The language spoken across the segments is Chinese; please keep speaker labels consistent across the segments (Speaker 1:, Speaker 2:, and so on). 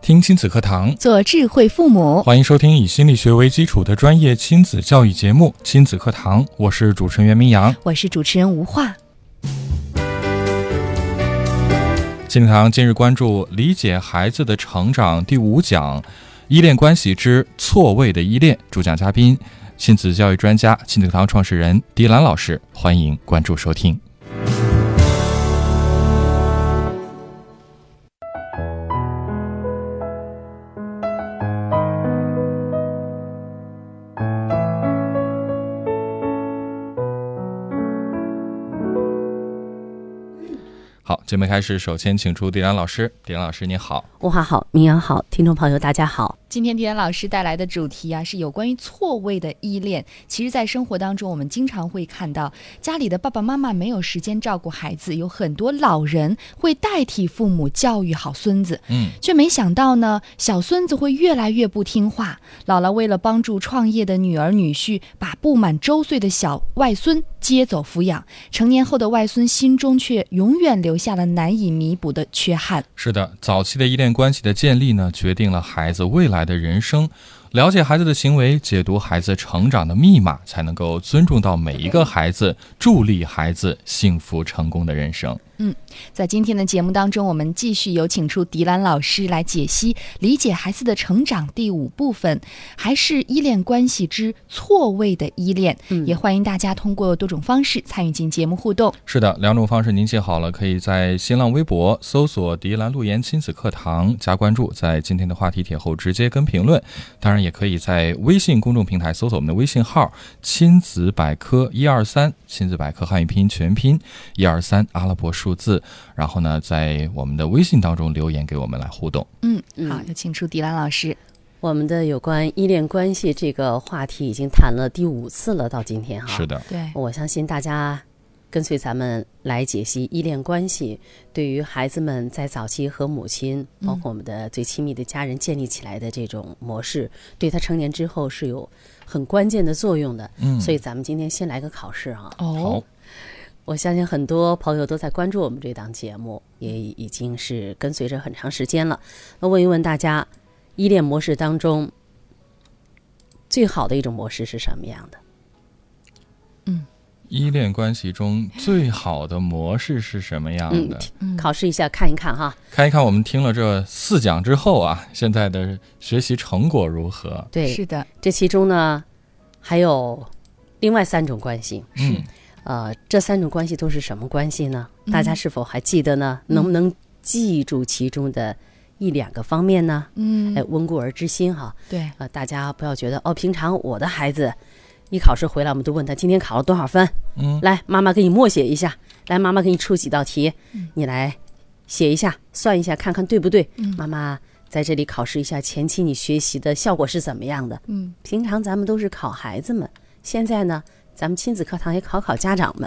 Speaker 1: 听亲子课堂，
Speaker 2: 做智慧父母。
Speaker 1: 欢迎收听以心理学为基础的专业亲子教育节目《亲子课堂》，我是主持人袁明阳。
Speaker 2: 我是主持人吴化。
Speaker 1: 亲子课堂近日关注《理解孩子的成长》第五讲《依恋关系之错位的依恋》，主讲嘉宾亲子教育专家、亲子课堂创始人迪兰老师，欢迎关注收听。好，节目开始，首先请出迪兰老师。迪兰老师，你好。
Speaker 3: 文化好，民谣好，听众朋友大家好。
Speaker 4: 今天迪安老师带来的主题啊，是有关于错位的依恋。其实，在生活当中，我们经常会看到家里的爸爸妈妈没有时间照顾孩子，有很多老人会代替父母教育好孙子，
Speaker 1: 嗯，
Speaker 4: 却没想到呢，小孙子会越来越不听话。姥姥为了帮助创业的女儿女婿，把不满周岁的小外孙接走抚养，成年后的外孙心中却永远留下了难以弥补的缺憾。
Speaker 1: 是的，早期的依恋关系的建立呢，决定了孩子未来的人生。了解孩子的行为，解读孩子成长的密码，才能够尊重到每一个孩子，助力孩子幸福成功的人生。
Speaker 4: 在今天的节目当中，我们继续有请出迪兰老师来解析理解孩子的成长第五部分，还是依恋关系之错位的依恋。
Speaker 3: 嗯
Speaker 4: 也欢迎大家通过多种方式参与进节目互动。
Speaker 1: 是的，两种方式您记好了，可以在新浪微博搜索“迪兰路言亲子课堂”加关注，在今天的话题帖后直接跟评论。当然，也可以在微信公众平台搜索我们的微信号“亲子百科一二三”，亲子百科汉语拼音全拼一二三阿拉伯数字，然后呢，在我们的微信当中留言给我们来互动。
Speaker 4: 嗯，
Speaker 3: 嗯
Speaker 4: 好，有请出迪兰老师。
Speaker 3: 我们的有关依恋关系这个话题已经谈了第五次了，到今天哈。
Speaker 1: 是的，
Speaker 4: 对，
Speaker 3: 我相信大家跟随咱们来解析依恋关系，对于孩子们在早期和母亲，
Speaker 1: 嗯
Speaker 3: 包括我们的最亲密的家人建立起来的这种模式，对他成年之后是有很关键的作用的。
Speaker 1: 嗯，
Speaker 3: 所以咱们今天先来个考试啊！
Speaker 1: 好
Speaker 4: 哦，，
Speaker 3: 我相信很多朋友都在关注我们这档节目，也已经是跟随着很长时间了。那问一问大家，依恋模式当中最好的一种模式是什么样的？
Speaker 1: 依恋关系中最好的模式是什么样
Speaker 3: 嗯
Speaker 1: 的？
Speaker 4: 嗯
Speaker 3: 考试一下，看一看哈。
Speaker 1: 看一看我们听了这四讲之后啊，现在的学习成果如何？
Speaker 3: 对，
Speaker 4: 是的，
Speaker 3: 这其中呢，还有另外三种关系。
Speaker 1: 嗯，
Speaker 3: 呃，这三种关系都是什么关系呢？大家是否还记得呢？能不能记住其中的一两个方面呢？
Speaker 4: 嗯
Speaker 3: 哎，，温故而知新哈。
Speaker 4: 对，
Speaker 3: 呃，大家不要觉得哦，平常我的孩子一考试回来，我们都问他今天考了多少分，
Speaker 1: 嗯，
Speaker 3: 来，妈妈给你默写一下，来，妈妈给你出几道题，你来写一下，算一下，看看对不对。
Speaker 4: 嗯
Speaker 3: 妈妈在这里考试一下，前期你学习的效果是怎么样的？
Speaker 4: 嗯，
Speaker 3: 平常咱们都是考孩子们，现在呢，咱们亲子课堂也考考家长们。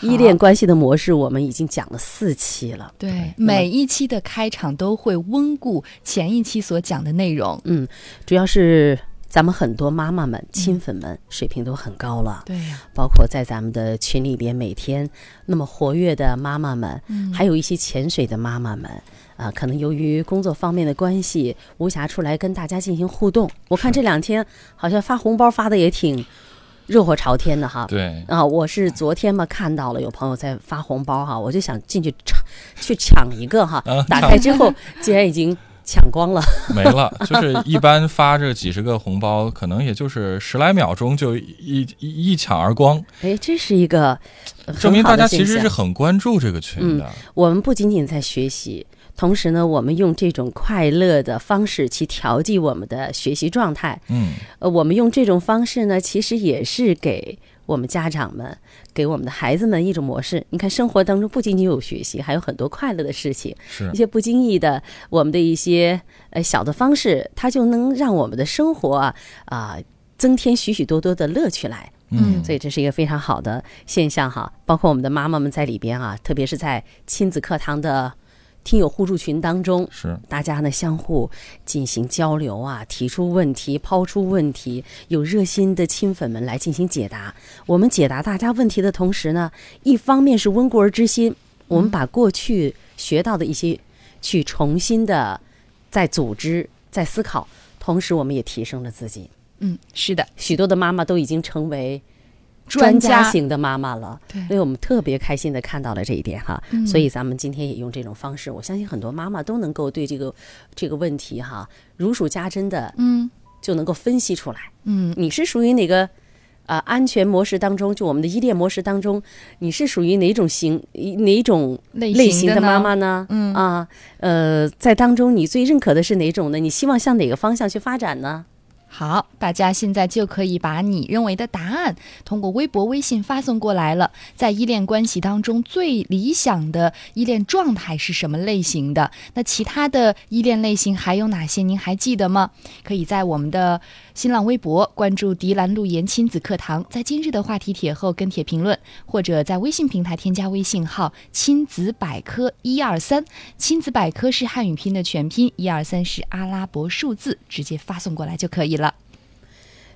Speaker 3: 依恋关系的模式，我们已经讲了四期了。
Speaker 4: 对，每一期的开场都会温故前一期所讲的内容。
Speaker 3: 嗯，主要是咱们很多妈妈们、亲粉们水平都很高了，
Speaker 4: 对呀，
Speaker 3: 包括在咱们的群里边每天那么活跃的妈妈们，
Speaker 1: 嗯
Speaker 4: 嗯
Speaker 3: 还有一些潜水的妈妈们。啊，可能由于工作方面的关系，无暇出来跟大家进行互动。我看这两天好像发红包发的也挺热火朝天的哈。
Speaker 1: 对，
Speaker 3: 啊，我是昨天嘛看到了有朋友在发红包哈，我就想进去抢去抢一个哈，
Speaker 1: 啊
Speaker 3: 打
Speaker 1: 抢
Speaker 3: 开之后竟然已经抢光了。
Speaker 1: 没了。就是一般发这几十个红包，可能也就是十来秒钟就一一一抢而光，
Speaker 3: 哎，这是一个呃
Speaker 1: 证明
Speaker 3: 很好
Speaker 1: 大家
Speaker 3: 的
Speaker 1: 其
Speaker 3: 现
Speaker 1: 实
Speaker 3: 象
Speaker 1: 是很关注这个群的。
Speaker 3: 我们不仅仅在学习，同时呢，我们用这种快乐的方式去调剂我们的学习状态。
Speaker 1: 嗯，
Speaker 3: 呃，我们用这种方式呢，其实也是给我们家长们、给我们的孩子们一种模式。你看，生活当中不仅仅有学习，还有很多快乐的事情，
Speaker 1: 嗯是
Speaker 3: 一些不经意的我们的一些呃小的方式，它就能让我们的生活啊啊、增添许许多多的乐趣来。
Speaker 1: 嗯
Speaker 3: 所以这是一个非常好的现象哈。包括我们的妈妈们在里边啊，特别是在亲子课堂的听友互助群当中，
Speaker 1: 是
Speaker 3: 大家呢相互进行交流啊，提出问题，抛出问题，有热心的亲粉们来进行解答。我们解答大家问题的同时呢，一方面是温故而知新，我们把过去学到的一些去重新的再组织、再思考，同时我们也提升了自己。
Speaker 4: 嗯，是的，
Speaker 3: 许多的妈妈都已经成为
Speaker 4: 专
Speaker 3: 家
Speaker 4: 家
Speaker 3: 型的妈妈了，
Speaker 4: 对嗯
Speaker 3: 所以我们特别开心的看到了这一点哈。所以咱们今天也用这种方式，我相信很多妈妈都能够对这个这个问题哈如数家珍的，
Speaker 4: 嗯，
Speaker 3: 就能够分析出来。
Speaker 4: 嗯，
Speaker 3: 你是属于哪个？呃，安全模式当中，就我们的依恋模式当中，你是属于哪种型、一哪种
Speaker 4: 类
Speaker 3: 类
Speaker 4: 型
Speaker 3: 型
Speaker 4: 的
Speaker 3: 的妈
Speaker 4: 呢
Speaker 3: 妈呢？嗯啊，呃，在当中你最认可的是哪种呢？你希望向哪个方向去发展呢？
Speaker 4: 好，大家现在就可以把你认为的答案通过微博、微信发送过来了。在依恋关系当中，最理想的依恋状态是什么类型的？那其他的依恋类型还有哪些？您还记得吗？可以在我们的新浪微博关注“迪兰路言亲子课堂”，在今日的话题帖后跟帖评论，或者在微信平台添加微信号“亲子百科一二三”，亲子百科是汉语拼的全拼，一二三是阿拉伯数字，直接发送过来就可以了。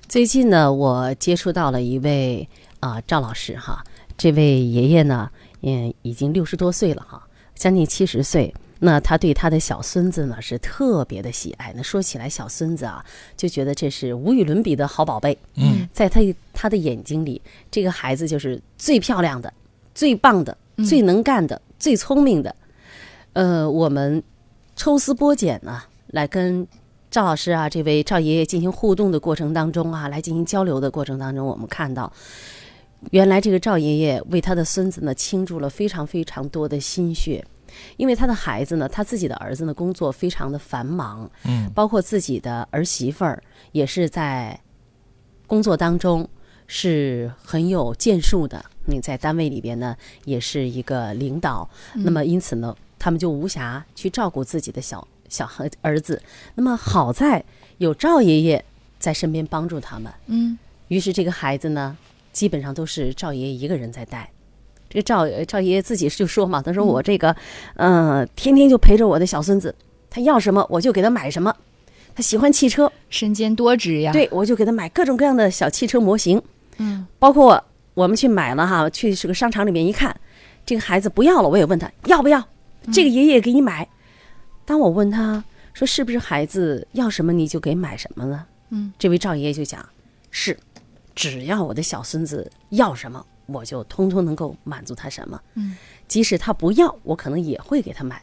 Speaker 3: 最近呢，我接触到了一位啊、呃赵老师哈，这位爷爷呢，嗯，已经六十多岁了哈，将近七十岁。那他对他的小孙子呢是特别的喜爱。那说起来，小孙子啊，就觉得这是无与伦比的好宝贝。
Speaker 1: 嗯，
Speaker 3: 在他他的眼睛里，这个孩子就是最漂亮的、最棒的、最能干的、最聪明的。呃，我们抽丝剥茧呢、来跟赵老师啊，这位赵爷爷进行互动的过程当中啊，来进行交流的过程当中，我们看到，原来这个赵爷爷为他的孙子呢倾注了非常非常多的心血。因为他的孩子呢，他自己的儿子呢，工作非常的繁忙，嗯，包括自己的儿媳妇儿也是在工作当中是很有建树的。你在单位里边呢，也是一个领导，那么因此呢，他们就无暇去照顾自己的小小孩儿子。那么好在有赵爷爷在身边帮助他们，
Speaker 4: 嗯，
Speaker 3: 于是这个孩子呢，基本上都是赵爷爷一个人在带。这个赵呃赵爷爷自己就说嘛，他说我这个，嗯，天天就陪着我的小孙子，他要什么我就给他买什么，他喜欢汽车，
Speaker 4: 身兼多职呀。，
Speaker 3: 对，我就给他买各种各样的小汽车模型，
Speaker 4: 啊嗯，
Speaker 3: 包括我们去买了哈，去这个商场里面一看，这个孩子不要了，我也问他要不要，
Speaker 4: 嗯
Speaker 3: 这个爷爷给你买。当我问他说是不是孩子要什么你就给买什么呢？
Speaker 4: 嗯，
Speaker 3: 这位赵爷爷就讲是，只要我的小孙子要什么，我就通通能够满足他什么。
Speaker 4: 嗯，
Speaker 3: 即使他不要，我可能也会给他买。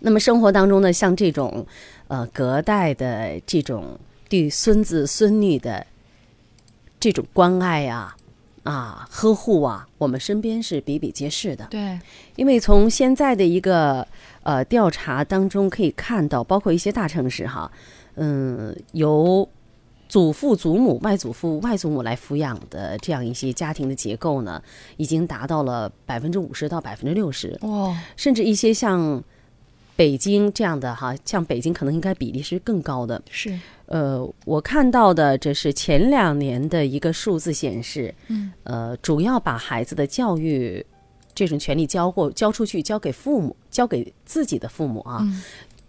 Speaker 3: 那么生活当中呢，像这种，呃，隔代的这种对孙子孙女的这种关爱啊、啊呵护啊，我们身边是比比皆是的。
Speaker 4: 对，
Speaker 3: 因为从现在的一个呃调查当中可以看到，包括一些大城市哈，嗯，由祖父、祖母、外祖父、外祖母来抚养的这样一些家庭的结构呢，已经达到了百分之五十到百分之六十。
Speaker 4: 哇，
Speaker 3: 甚至一些像北京这样的哈，像北京可能应该比例是更高的。
Speaker 4: 是，
Speaker 3: 呃，我看到的这是前两年的一个数字显示，
Speaker 4: 嗯，
Speaker 3: 呃，主要把孩子的教育这种权利交过交出去，交给父母，交给自己的父母啊，
Speaker 4: 嗯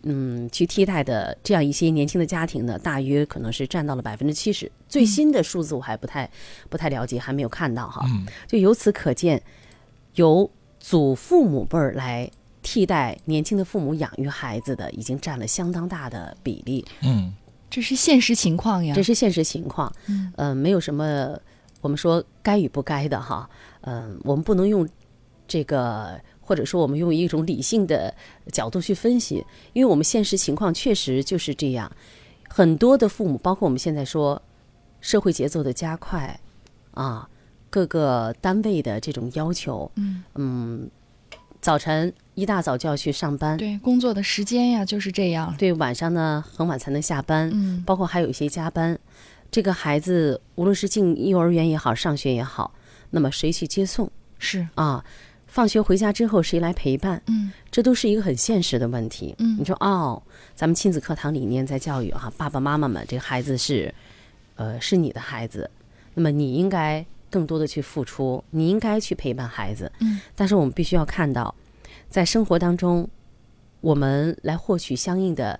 Speaker 3: 嗯去替代的这样一些年轻的家庭呢，大约可能是占到了百分之七十。最新的数字我还不太不太了解，还没有看到哈。
Speaker 1: 嗯
Speaker 3: 就由此可见，由祖父母辈儿来替代年轻的父母养育孩子的，已经占了相当大的比例。
Speaker 1: 嗯
Speaker 4: 这是现实情况呀
Speaker 3: 这。是现实情况。
Speaker 4: 嗯，
Speaker 3: 呃，没有什么我们说该与不该的哈。嗯、我们不能用这个，或者说我们用一种理性的角度去分析，因为我们现实情况确实就是这样。很多的父母，包括我们现在说社会节奏的加快啊，各个单位的这种要求，
Speaker 4: 嗯
Speaker 3: 早晨一大早就要去上班，
Speaker 4: 对，工作的时间呀就是这样。
Speaker 3: 对，晚上呢很晚才能下班，
Speaker 4: 嗯
Speaker 3: 包括还有一些加班。这个孩子无论是进幼儿园也好，上学也好，那么谁去接送
Speaker 4: 是，
Speaker 3: 啊？放学回家之后谁来陪伴？
Speaker 4: 嗯
Speaker 3: 这都是一个很现实的问题。
Speaker 4: 嗯
Speaker 3: 你说哦，咱们亲子课堂理念在教育啊，爸爸妈妈们，这个孩子是，呃，是你的孩子，那么你应该更多的去付出，你应该去陪伴孩子。
Speaker 4: 嗯，
Speaker 3: 但是我们必须要看到，在生活当中，我们来获取相应的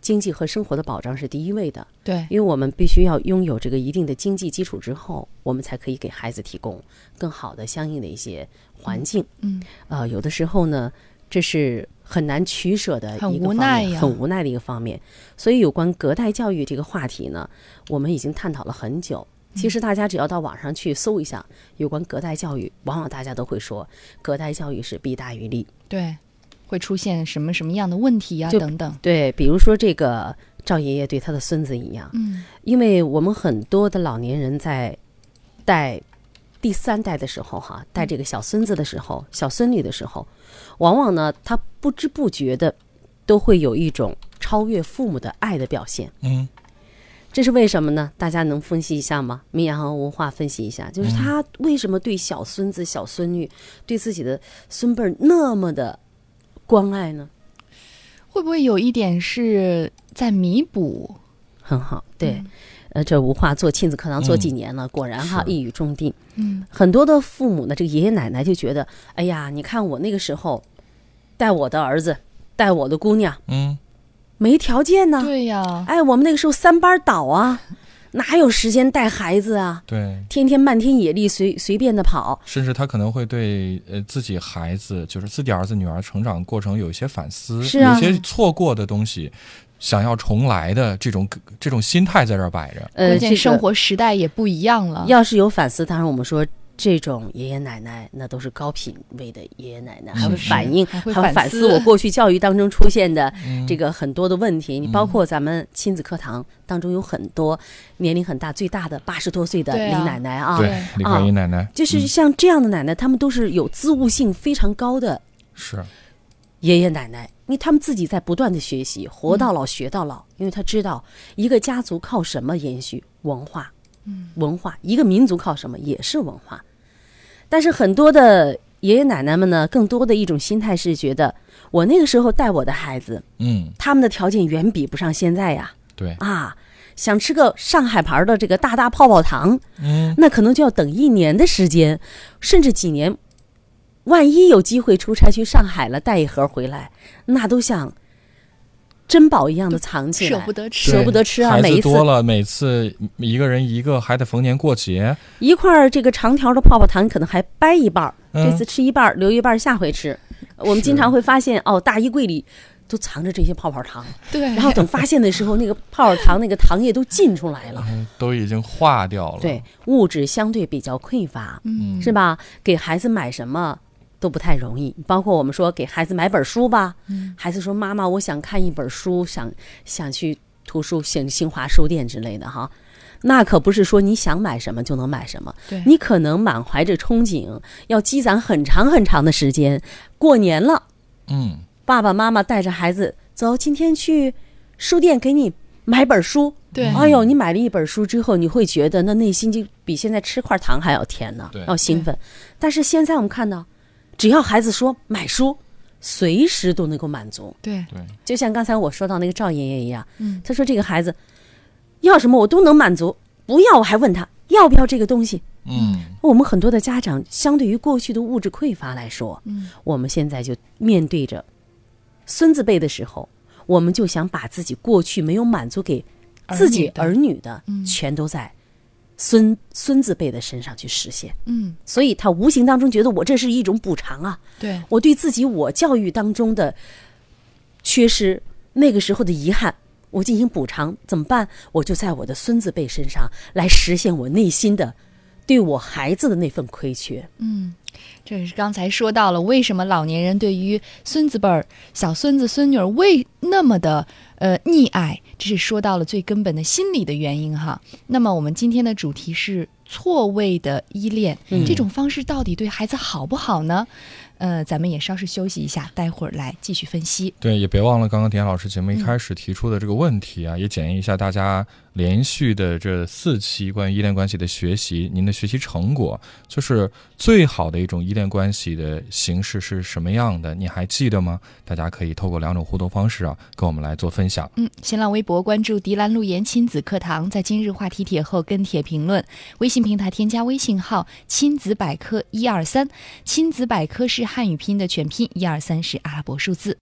Speaker 3: 经济和生活的保障是第一位的。
Speaker 4: 对，
Speaker 3: 因为我们必须要拥有这个一定的经济基础之后，我们才可以给孩子提供更好的相应的一些环境。
Speaker 4: 嗯，
Speaker 3: 呃，有的时候呢，这是很难取舍的一个
Speaker 4: 很无
Speaker 3: 方面
Speaker 4: 奈呀
Speaker 3: 很无奈的一个方面。所以，有关隔代教育这个话题呢，我们已经探讨了很久。
Speaker 4: 嗯
Speaker 3: 其实大家只要到网上去搜一下有关隔代教育，往往大家都会说隔代教育是弊大于利。
Speaker 4: 对，会出现什么什么样的问题呀、
Speaker 3: 就
Speaker 4: 等等。
Speaker 3: 对，比如说这个赵爷爷对他的孙子一样，
Speaker 4: 嗯，
Speaker 3: 因为我们很多的老年人在带第三代的时候、哈，带这个小孙子的时候、小孙女的时候，往往呢，他不知不觉的都会有一种超越父母的爱的表现。
Speaker 1: 嗯，
Speaker 3: 这是为什么呢？大家能分析一下吗？明阳和文化分析一下，就是他为什么对小孙子、小孙女、对自己的孙辈儿那么的关爱呢？
Speaker 4: 会不会有一点是在弥补？
Speaker 3: 很好，
Speaker 4: 嗯
Speaker 3: 对，呃，这无话做亲子课堂做几年了，果然哈
Speaker 1: 是
Speaker 3: 一语中的。
Speaker 4: 嗯，
Speaker 3: 很多的父母呢，这个爷爷奶奶就觉得，哎呀，你看我那个时候带我的儿子，带我的姑娘，
Speaker 1: 嗯，
Speaker 3: 没条件呢、
Speaker 4: 对呀、
Speaker 3: 哎，我们那个时候三班倒啊，哪有时间带孩子啊？
Speaker 1: 对，
Speaker 3: 天天漫天野地随随便的跑，
Speaker 1: 甚至他可能会对呃自己孩子，就是自己儿子女儿成长过程有一些反思，
Speaker 3: 是啊
Speaker 1: 有一些错过的东西，想要重来的这种这种心态在这儿摆着。
Speaker 3: 呃，
Speaker 4: 关
Speaker 3: 这
Speaker 4: 键生
Speaker 3: 个
Speaker 4: 活时代也不一样了。
Speaker 3: 要是有反思，当然我们说这种爷爷奶奶那都是高品位的爷爷奶奶，还会
Speaker 4: 嗯是
Speaker 3: 反应，
Speaker 4: 还会
Speaker 3: 还会
Speaker 4: 反
Speaker 3: 反
Speaker 4: 思
Speaker 3: 思我过去教育当中出现的
Speaker 1: 嗯
Speaker 3: 这个很多的问
Speaker 4: 嗯
Speaker 3: 题。你包括咱们亲子课堂当中有很多年龄很大，最大的八十多岁的
Speaker 4: 对
Speaker 3: 李
Speaker 4: 啊
Speaker 3: 奶奶啊。
Speaker 1: 对，李焕英奶奶、
Speaker 3: 就是
Speaker 1: 嗯
Speaker 3: 像这样的奶奶，他们都是有自悟性非常高的
Speaker 1: 是
Speaker 3: 爷爷奶奶，因为他们自己在不断的学习，活到老学到老，因为他知道一个家族靠什么延续文化，嗯，文化一个民族靠什么也是文化。但是很多的爷爷奶奶们呢，更多的一种心态是觉得，我那个时候带我的孩子，
Speaker 1: 嗯，
Speaker 3: 他们的条件远比不上现在呀，
Speaker 1: 对，
Speaker 3: 啊，想吃个上海牌的这个大大泡泡糖，
Speaker 1: 嗯，
Speaker 3: 那可能就要等一年的时间，甚至几年。万一有机会出差去上海了，带一盒回来，那都像珍宝一样的藏起
Speaker 4: 舍
Speaker 3: 来
Speaker 4: 不，得吃，
Speaker 3: 舍不得吃啊！
Speaker 1: 孩
Speaker 3: 每
Speaker 1: 子
Speaker 3: 一次
Speaker 1: 多了，每次一个人一个，还得逢年过节。
Speaker 3: 一块儿这个长条的泡泡糖，可能还掰一半儿，
Speaker 1: 嗯
Speaker 3: 这次吃一半儿，留一半儿下回吃。我们经常会发现，哦，大衣柜里都藏着这些泡泡糖，
Speaker 4: 对，
Speaker 3: 然后等发现的时候，那个泡泡糖那个糖液都浸出来了。
Speaker 1: 嗯都已经化掉了。
Speaker 3: 对，，物质相对比较匮乏，
Speaker 4: 嗯
Speaker 3: 是吧？给孩子买什么都不太容易，包括我们说给孩子买本书吧，
Speaker 4: 嗯
Speaker 3: 孩子说妈妈，我想看一本书，想想去图书新新华书店之类的哈。那可不是说你想买什么就能买什么，
Speaker 4: 对
Speaker 3: 你可能满怀着憧憬，要积攒很长很长的时间。过年了，
Speaker 1: 嗯，
Speaker 3: 爸爸妈妈带着孩子走，今天去书店给你买本书，
Speaker 4: 对，
Speaker 3: 哎呦，你买了一本书之后，你会觉得那内心就比现在吃块糖还要甜呢
Speaker 1: 对，
Speaker 3: 要兴奋。但是现在我们看到，只要孩子说买书，随时都能够满足。
Speaker 4: 对，
Speaker 1: 对，
Speaker 3: 就像刚才我说到那个赵爷爷一样，
Speaker 4: 嗯
Speaker 3: 他说这个孩子要什么我都能满足，不要我还问他要不要这个东西。
Speaker 1: 嗯，
Speaker 3: 我们很多的家长，相对于过去的物质匮乏来说，
Speaker 4: 嗯，
Speaker 3: 我们现在就面对着孙子辈的时候，我们就想把自己过去没有满足给自己
Speaker 4: 儿
Speaker 3: 儿女的，
Speaker 4: 嗯
Speaker 3: 全都在孙孙子辈的身上去实现。
Speaker 4: 嗯，
Speaker 3: 所以他无形当中觉得我这是一种补偿啊，
Speaker 4: 对，
Speaker 3: 我对自己我教育当中的缺失，那个时候的遗憾，我进行补偿，怎么办？我就在我的孙子辈身上来实现我内心的对我孩子的那份亏缺。
Speaker 4: 嗯，这是刚才说到了为什么老年人对于孙子辈儿、小孙子、孙女儿为那么的呃溺爱，这是说到了最根本的心理的原因哈。那么我们今天的主题是错位的依恋，
Speaker 3: 嗯
Speaker 4: 这种方式到底对孩子好不好呢？呃，咱们也稍事休息一下，待会儿来继续分析。
Speaker 1: 对，也别忘了刚刚田老师节目一开始提出的这个问题啊，也检验一下大家连续的这四期关于依恋关系的学习，您的学习成果，就是最好的一种依恋关系的形式是什么样的？你还记得吗？大家可以透过两种互动方式啊，跟我们来做分享。
Speaker 4: 嗯，新浪微博关注“迪兰路言亲子课堂”，在今日话题帖后跟帖评论。微信平台添加微信号“亲子百科一二三”，亲子百科是汉语拼音的全拼，一二三是阿拉伯数字。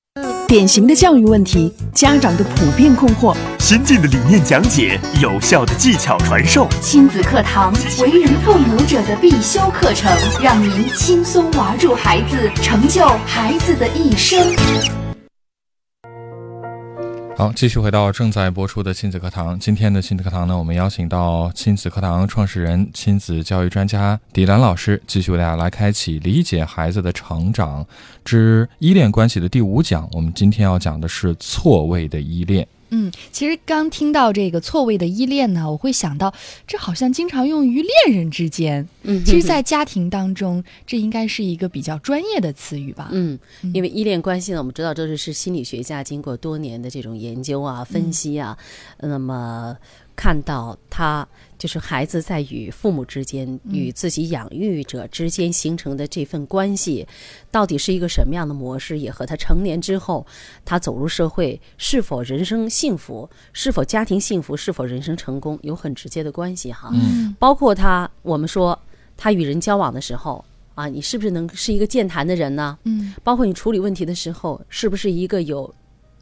Speaker 5: 典型的教育问题，家长的普遍困惑，
Speaker 6: 先进的理念讲解，有效的技巧传授，
Speaker 2: 亲子课堂，为人父母者的必修课程，让您轻松玩住孩子，成就孩子的一生。
Speaker 1: 好，继续回到正在播出的亲子课堂。今天的亲子课堂呢，我们邀请到亲子课堂创始人、亲子教育专家迪兰老师，继续为大家来开启理解孩子的成长之依恋关系的第五讲。我们今天要讲的是错位的依恋。
Speaker 4: 嗯，其实刚听到这个错位的依恋呢，我会想到这好像经常用于恋人之间，
Speaker 3: 嗯，
Speaker 4: 其实，在家庭当中，这应该是一个比较专业的词语吧。
Speaker 3: 嗯，因为依恋关系呢，我们知道这是心理学家经过多年的这种研究啊、分析啊，那么看到他就是孩子在与父母之间、与自己养育者之间形成的这份关系，到底是一个什么样的模式，也和他成年之后他走入社会是否人生幸福、是否家庭幸福、是否人生成功有很直接的关系哈。
Speaker 1: 嗯
Speaker 3: 包括他，我们说他与人交往的时候啊，你是不是能是一个健谈的人呢？
Speaker 4: 嗯
Speaker 3: 包括你处理问题的时候，是不是一个有，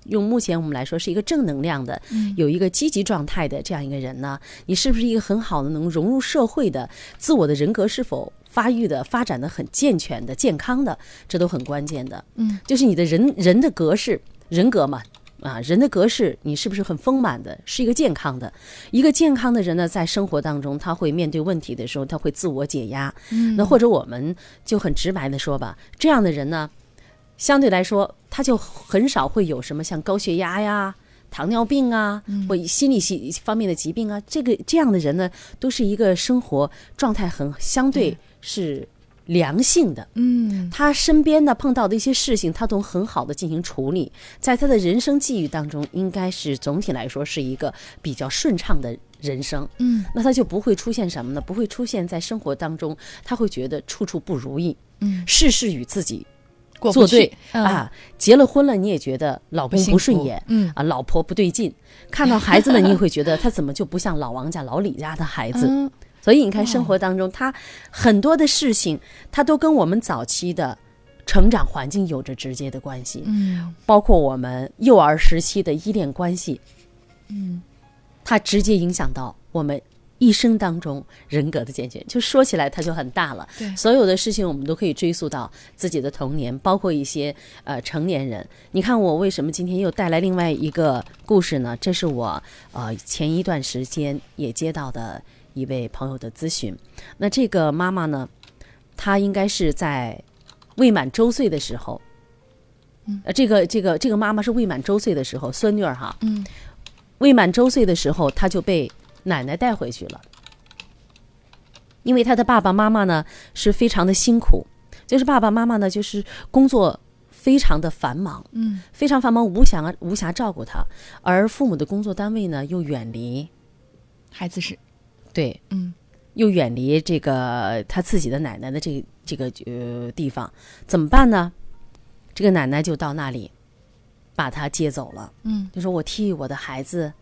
Speaker 3: 用目前我们来说是一个正能量的，有一个积极状态的这样一个人呢？你是不是一个很好的能融入社会的，自我的人格是否发育的、发展的很健全的、健康的，这都很关键的。
Speaker 4: 嗯，
Speaker 3: 就是你的人人的格式、人格嘛。啊，人的格式你是不是很丰满的？是一个健康的，一个健康的人呢，在生活当中，他会面对问题的时候，他会自我解压。嗯，那或者我们就很直白的说吧，这样的人呢，相对来说，他就很少会有什么像高血压呀、糖尿病啊，或心理系方面的疾病啊。这个这样的人呢，都是一个生活状态很相对是良性的。
Speaker 4: 嗯
Speaker 3: 他身边呢碰到的一些事情，他都很好的进行处理，在他的人生际遇当中，应该是总体来说是一个比较顺畅的人生。
Speaker 4: 嗯
Speaker 3: 那他就不会出现什么呢？不会出现在生活当中，他会觉得处处不如意，
Speaker 4: 嗯，
Speaker 3: 事事与自己
Speaker 4: 过
Speaker 3: 作
Speaker 4: 不去
Speaker 3: 对、
Speaker 4: 嗯
Speaker 3: 啊，结了婚了你也觉得老公不顺眼，
Speaker 4: 嗯
Speaker 3: 啊，老婆不对劲，看到孩子呢，你也会觉得他怎么就不像老王家、老李家的孩子？
Speaker 4: 嗯
Speaker 3: 所以你看，生活当中他很多的事情，他都跟我们早期的成长环境有着直接的关系，
Speaker 4: 嗯
Speaker 3: 包括我们幼儿时期的依恋关系，嗯，它直接影响到我们。一生当中人格的健全，就说起来它就很大了。
Speaker 4: 对
Speaker 3: 所有的事情我们都可以追溯到自己的童年，包括一些呃成年人。你看我为什么今天又带来另外一个故事呢？这是我呃前一段时间也接到的一位朋友的咨询。那这个妈妈呢，她应该是在未满周岁的时候，呃，这个这个这个妈妈是未满周岁的时候，孙女儿哈，
Speaker 4: 嗯，
Speaker 3: 未满周岁的时候，她就被奶奶带回去了，因为她的爸爸妈妈呢是非常的辛苦，就是爸爸妈妈呢就是工作非常的繁忙，
Speaker 4: 嗯，
Speaker 3: 非常繁忙，无暇无暇照顾她，而父母的工作单位呢又远离，
Speaker 4: 孩子是
Speaker 3: 对，
Speaker 4: 嗯，
Speaker 3: 又远离这个他自己的奶奶的这个这个呃地方，怎么办呢？这个奶奶就到那里把他接走了。
Speaker 4: 嗯，
Speaker 3: 就说我替我的孩子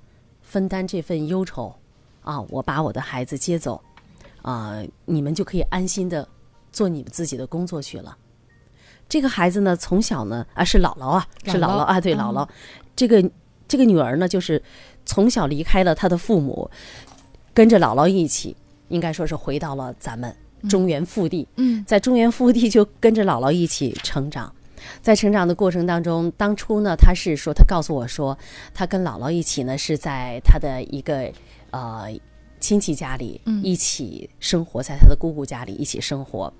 Speaker 3: 分担这份忧愁啊，我把我的孩子接走啊，你们就可以安心的做你们自己的工作去了。这个孩子呢，从小呢啊是姥姥啊，是
Speaker 4: 姥姥
Speaker 3: 姥姥啊，对
Speaker 4: 嗯
Speaker 3: 姥姥，这个这个女儿呢，就是从小离开了她的父母，跟着姥姥一起，应该说是回到了咱们中原腹地。
Speaker 4: 嗯
Speaker 3: 在中原腹地就跟着姥姥一起成长。在成长的过程当中，当初呢，他是说，他告诉我说，他跟姥姥一起呢是在他的一个呃亲戚家里一起生活，在他的姑姑家里一起生活。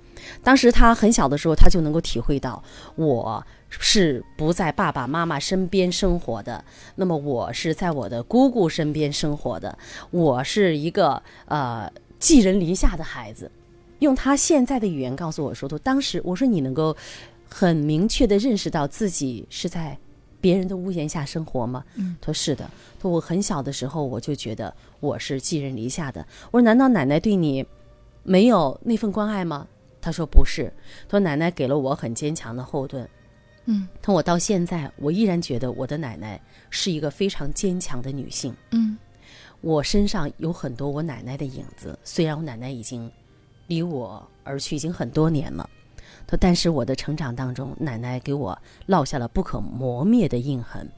Speaker 3: 当时他很小的时候，他就能够体会到我是不在爸爸妈妈身边生活的，那么我是在我的姑姑身边生活的，我是一个呃寄人篱下的孩子。用他现在的语言告诉我说，他当时我说你能够很明确的认识到自己是在别人的屋檐下生活吗？
Speaker 4: 嗯
Speaker 3: 他说是的。他说我很小的时候我就觉得我是寄人篱下的。我说难道奶奶对你没有那份关爱吗？他说不是。他说奶奶给了我很坚强的后盾。
Speaker 4: 嗯
Speaker 3: 他说我到现在我依然觉得我的奶奶是一个非常坚强的女性。
Speaker 4: 嗯
Speaker 3: 我身上有很多我奶奶的影子，虽然我奶奶已经离我而去已经很多年了，她但是我的成长当中，奶奶给我落下了不可磨灭的印痕。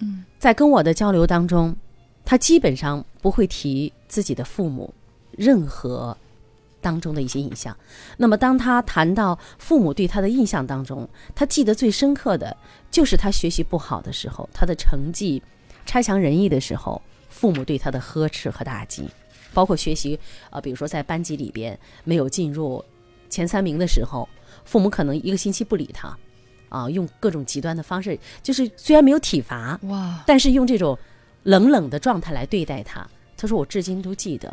Speaker 4: 嗯，
Speaker 3: 在跟我的交流当中，她基本上不会提自己的父母任何当中的一些印象。那么，当她谈到父母对她的印象当中，她记得最深刻的就是她学习不好的时候，她的成绩差强人意的时候。父母对他的呵斥和打击，包括学习，呃，比如说在班级里边没有进入前三名的时候，父母可能一个星期不理他，啊、用各种极端的方式，就是虽然没有体罚，
Speaker 4: 哇，
Speaker 3: 但是用这种冷冷的状态来对待他。他说我至今都记得，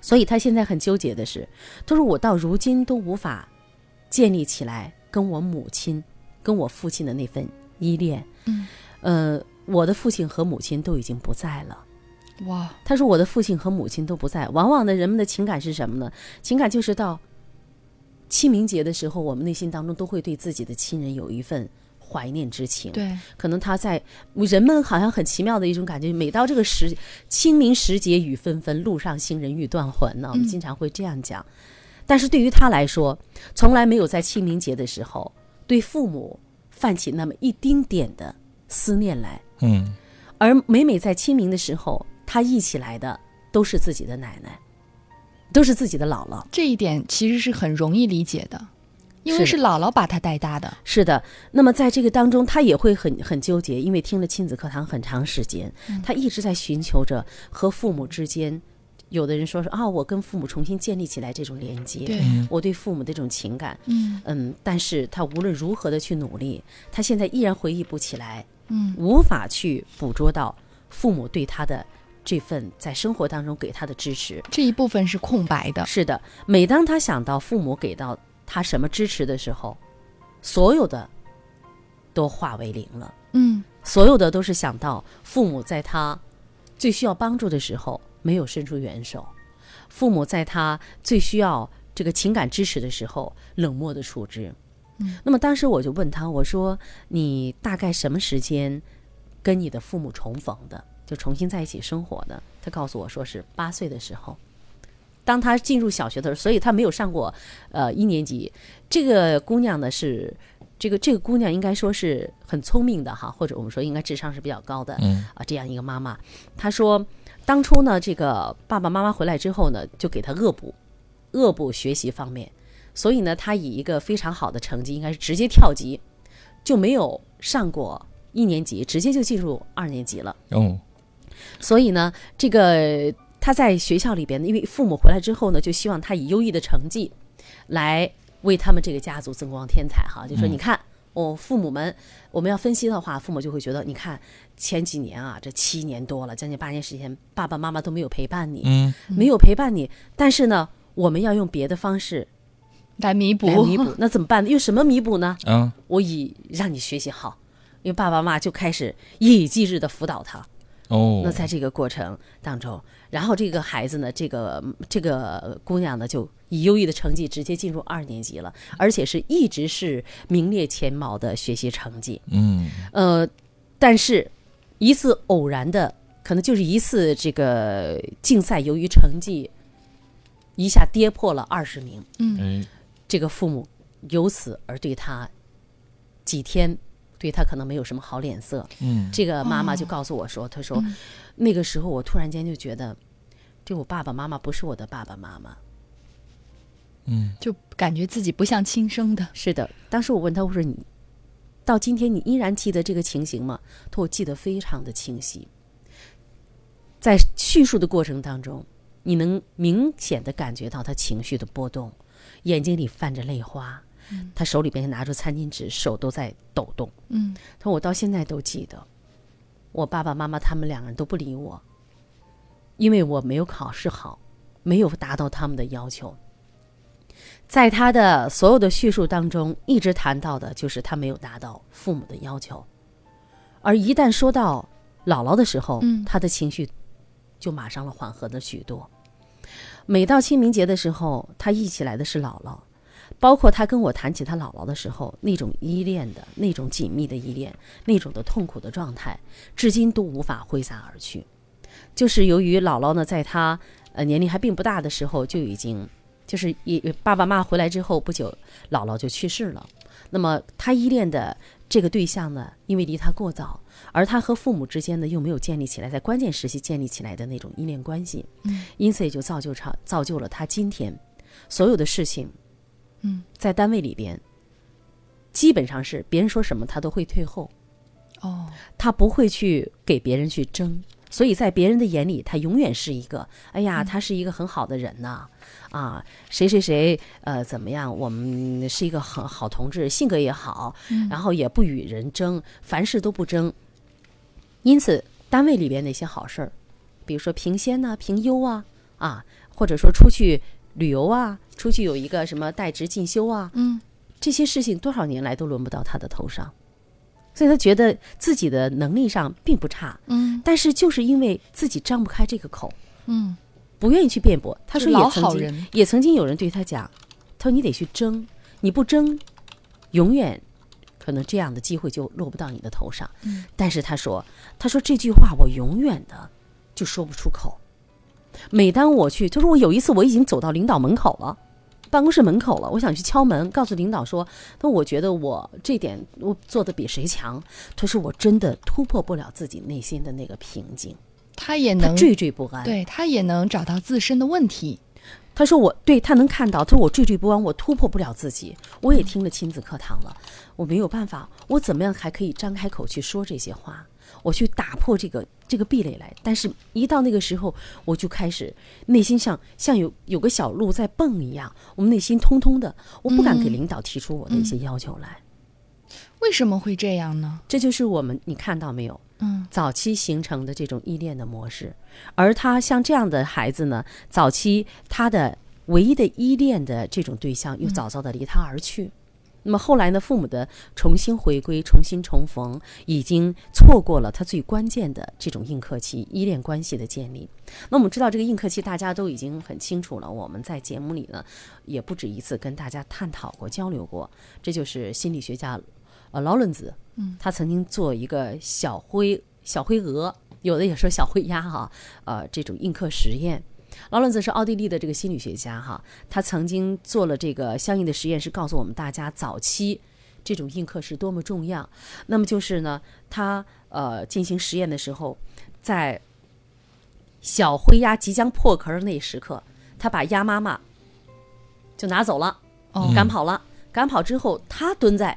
Speaker 3: 所以他现在很纠结的是，他说我到如今都无法建立起来跟我母亲、跟我父亲的那份依恋。
Speaker 4: 嗯，
Speaker 3: 呃，我的父亲和母亲都已经不在了。
Speaker 4: 哇，
Speaker 3: 他说我的父亲和母亲都不在。往往呢，人们的情感是什么呢？情感就是到清明节的时候，我们内心当中都会对自己的亲人有一份怀念之情。
Speaker 4: 对，
Speaker 3: 可能他在嗯人们好像很奇妙的一种感觉，每到这个时清明时节雨纷纷，路上行人欲断魂呢、我们
Speaker 4: 嗯
Speaker 3: 经常会这样讲。但是对于他来说，从来没有在清明节的时候对父母泛起那么一丁点的思念来，
Speaker 1: 嗯
Speaker 3: 而每每在清明的时候，他忆起来的都是自己的奶奶，都是自己的姥姥。
Speaker 4: 这一点其实是很容易理解的，因为
Speaker 3: 是
Speaker 4: 是姥姥把他带大的。
Speaker 3: 是的，那么在这个当中，他也会很很纠结，因为听了亲子课堂很长时间，
Speaker 4: 嗯
Speaker 3: 他一直在寻求着和父母之间，有的人说是啊，我跟父母重新建立起来这种连接，
Speaker 4: 对，
Speaker 3: 我对父母的这种情感，
Speaker 4: 嗯
Speaker 3: 嗯，但是他无论如何的去努力，他现在依然回忆不起来，
Speaker 4: 嗯
Speaker 3: 无法去捕捉到父母对他的这份在生活当中给他的支持。
Speaker 4: 这一部分是空白的。
Speaker 3: 是的，每当他想到父母给到他什么支持的时候，所有的都化为零了，
Speaker 4: 嗯
Speaker 3: 所有的都是想到父母在他最需要帮助的时候没有伸出援手，父母在他最需要这个情感支持的时候冷漠的处置。
Speaker 4: 嗯，
Speaker 3: 那么当时我就问他，我说你大概什么时间跟你的父母重逢的，就重新在一起生活的？他告诉我说是八岁的时候。当他进入小学的时候，所以他没有上过呃一年级。这个姑娘呢是这个这个姑娘应该说是很聪明的哈，或者我们说应该智商是比较高的
Speaker 1: 嗯
Speaker 3: 啊这样一个妈妈。她说，当初呢这个爸爸妈妈回来之后呢，就给她恶补，恶补学习方面，所以呢她以一个非常好的成绩，应该是直接跳级，就没有上过一年级，直接就进入二年级了。
Speaker 1: 哦
Speaker 3: 所以呢，这个他在学校里边呢，因为父母回来之后呢，就希望他以优异的成绩来为他们这个家族增光添彩哈。就说你看，我、父母们，我们要分析的话，父母就会觉得，你看前几年啊，这七年多了，将近八年时间，爸爸妈妈都没有陪伴你，
Speaker 1: 嗯
Speaker 3: 没有陪伴你，但是呢，我们要用别的方式
Speaker 4: 来弥补，
Speaker 3: 来弥补。那怎么办呢？用什么弥补呢？
Speaker 1: 啊
Speaker 3: 我以让你学习好，因为爸爸妈妈就开始夜以继日的辅导他。
Speaker 1: 哦
Speaker 3: 那在这个过程当中，然后这个孩子呢，这个嗯这个姑娘呢，就以优异的成绩直接进入二年级了，而且是一直是名列前茅的学习成绩。
Speaker 1: 嗯
Speaker 3: 呃，但是一次偶然的，可能就是一次这个竞赛，由于成绩一下跌破了二十名，
Speaker 4: 嗯
Speaker 1: 哎
Speaker 3: 这个父母由此而对她几天对她可能没有什么好脸色。
Speaker 1: 嗯
Speaker 3: 这个妈妈就告诉我说：“她说、那个时候我突然间就觉得，这我爸爸妈妈不是我的爸爸妈妈。
Speaker 1: 嗯
Speaker 4: 就感觉自己不像亲生的。
Speaker 3: 是的，当时我问她，我说你到今天你依然记得这个情形吗？她说我记得非常的清晰。在叙述的过程当中，你能明显的感觉到她情绪的波动，眼睛里泛着泪花，她手里边拿出餐巾纸，手都在抖动。
Speaker 4: 嗯
Speaker 3: 他说我到现在都记得，我爸爸妈妈他们两个人都不理我，因为我没有考试好，没有达到他们的要求。在他的所有的叙述当中，一直谈到的就是他没有达到父母的要求，而一旦说到姥姥的时候，
Speaker 4: 嗯
Speaker 3: 他的情绪就马上了缓和了许多。每到清明节的时候，他忆起来的是姥姥，包括他跟我谈起他姥姥的时候，那种依恋的、那种紧密的依恋、那种的痛苦的状态，至今都无法挥洒而去。就是由于姥姥呢，在他呃年龄还并不大的时候就已经，就是也也爸爸妈妈回来之后不久，姥姥就去世了。那么他依恋的这个对象呢，因为离他过早，而他和父母之间呢又没有建立起来在关键时期建立起来的那种依恋关系，
Speaker 4: 嗯
Speaker 3: 因此也就造就成造就了他今天所有的事情
Speaker 4: 嗯，
Speaker 3: 在单位里边，基本上是别人说什么他都会退后，
Speaker 4: 哦，
Speaker 3: 他不会去给别人去争，所以在别人的眼里，他永远是一个，哎呀，他是一个很好的人呐、啊，谁谁谁，呃，怎么样？我们是一个很好同志，性格也好，然后也不与人争，凡事都不争。因此，单位里边那些好事儿，比如说评先呐、评优啊，啊，或者说出去旅游啊，出去有一个什么带职进修啊，
Speaker 4: 嗯，
Speaker 3: 这些事情多少年来都轮不到他的头上，所以他觉得自己的能力上并不差，
Speaker 4: 嗯
Speaker 3: 但是就是因为自己张不开这个口，
Speaker 4: 嗯，
Speaker 3: 不愿意去辩驳。他
Speaker 4: 就
Speaker 3: 说
Speaker 4: 老
Speaker 3: 也
Speaker 4: 好
Speaker 3: 曾经
Speaker 4: 人，
Speaker 3: 也曾经有人对他讲，他说你得去争，你不争，永远可能这样的机会就落不到你的头上。
Speaker 4: 嗯
Speaker 3: 但是他说，他说这句话我永远的就说不出口。每当我去，他说我有一次我已经走到领导门口了。办公室门口了，我想去敲门，告诉领导说，那我觉得我这点我做的比谁强，可是我真的突破不了自己内心的那个瓶颈，
Speaker 4: 他也
Speaker 3: 他
Speaker 4: 能，
Speaker 3: 惴惴不安。
Speaker 4: 对他也能找到自身的问题，
Speaker 3: 他说我对他能看到，他说我惴惴不安，我突破不了自己。我也听了亲子课堂了，我没有办法，我怎么样还可以张开口去说这些话？我去打破这个这个壁垒来，但是一到那个时候，我就开始内心像像有有个小鹿在蹦一样，我们内心通通的，我不敢给领导提出我的一些要求来。
Speaker 4: 为什么会这样呢？
Speaker 3: 这就是我们你看到没有？
Speaker 4: 嗯，
Speaker 3: 早期形成的这种依恋的模式，而他像这样的孩子呢，早期他的唯一的依恋的这种对象又早早的离他而去。那么后来呢？父母的重新回归、重新重逢，已经错过了他最关键的这种映客期——依恋关系的建立。那我们知道，这个映客期大家都已经很清楚了。我们在节目里呢，也不止一次跟大家探讨过、交流过。这就是心理学家呃劳伦兹，
Speaker 4: 嗯，
Speaker 3: 他曾经做一个小灰小灰鹅，有的也说小灰鸭哈，呃，这种映客实验。劳伦兹是奥地利的这个心理学家哈，他曾经做了这个相应的实验，是告诉我们大家早期这种映客是多么重要。那么就是呢，他呃进行实验的时候，在小灰鸭即将破壳儿那一时刻，他把鸭妈妈就拿走了。
Speaker 4: 哦，
Speaker 3: 赶跑了。赶跑之后，他蹲在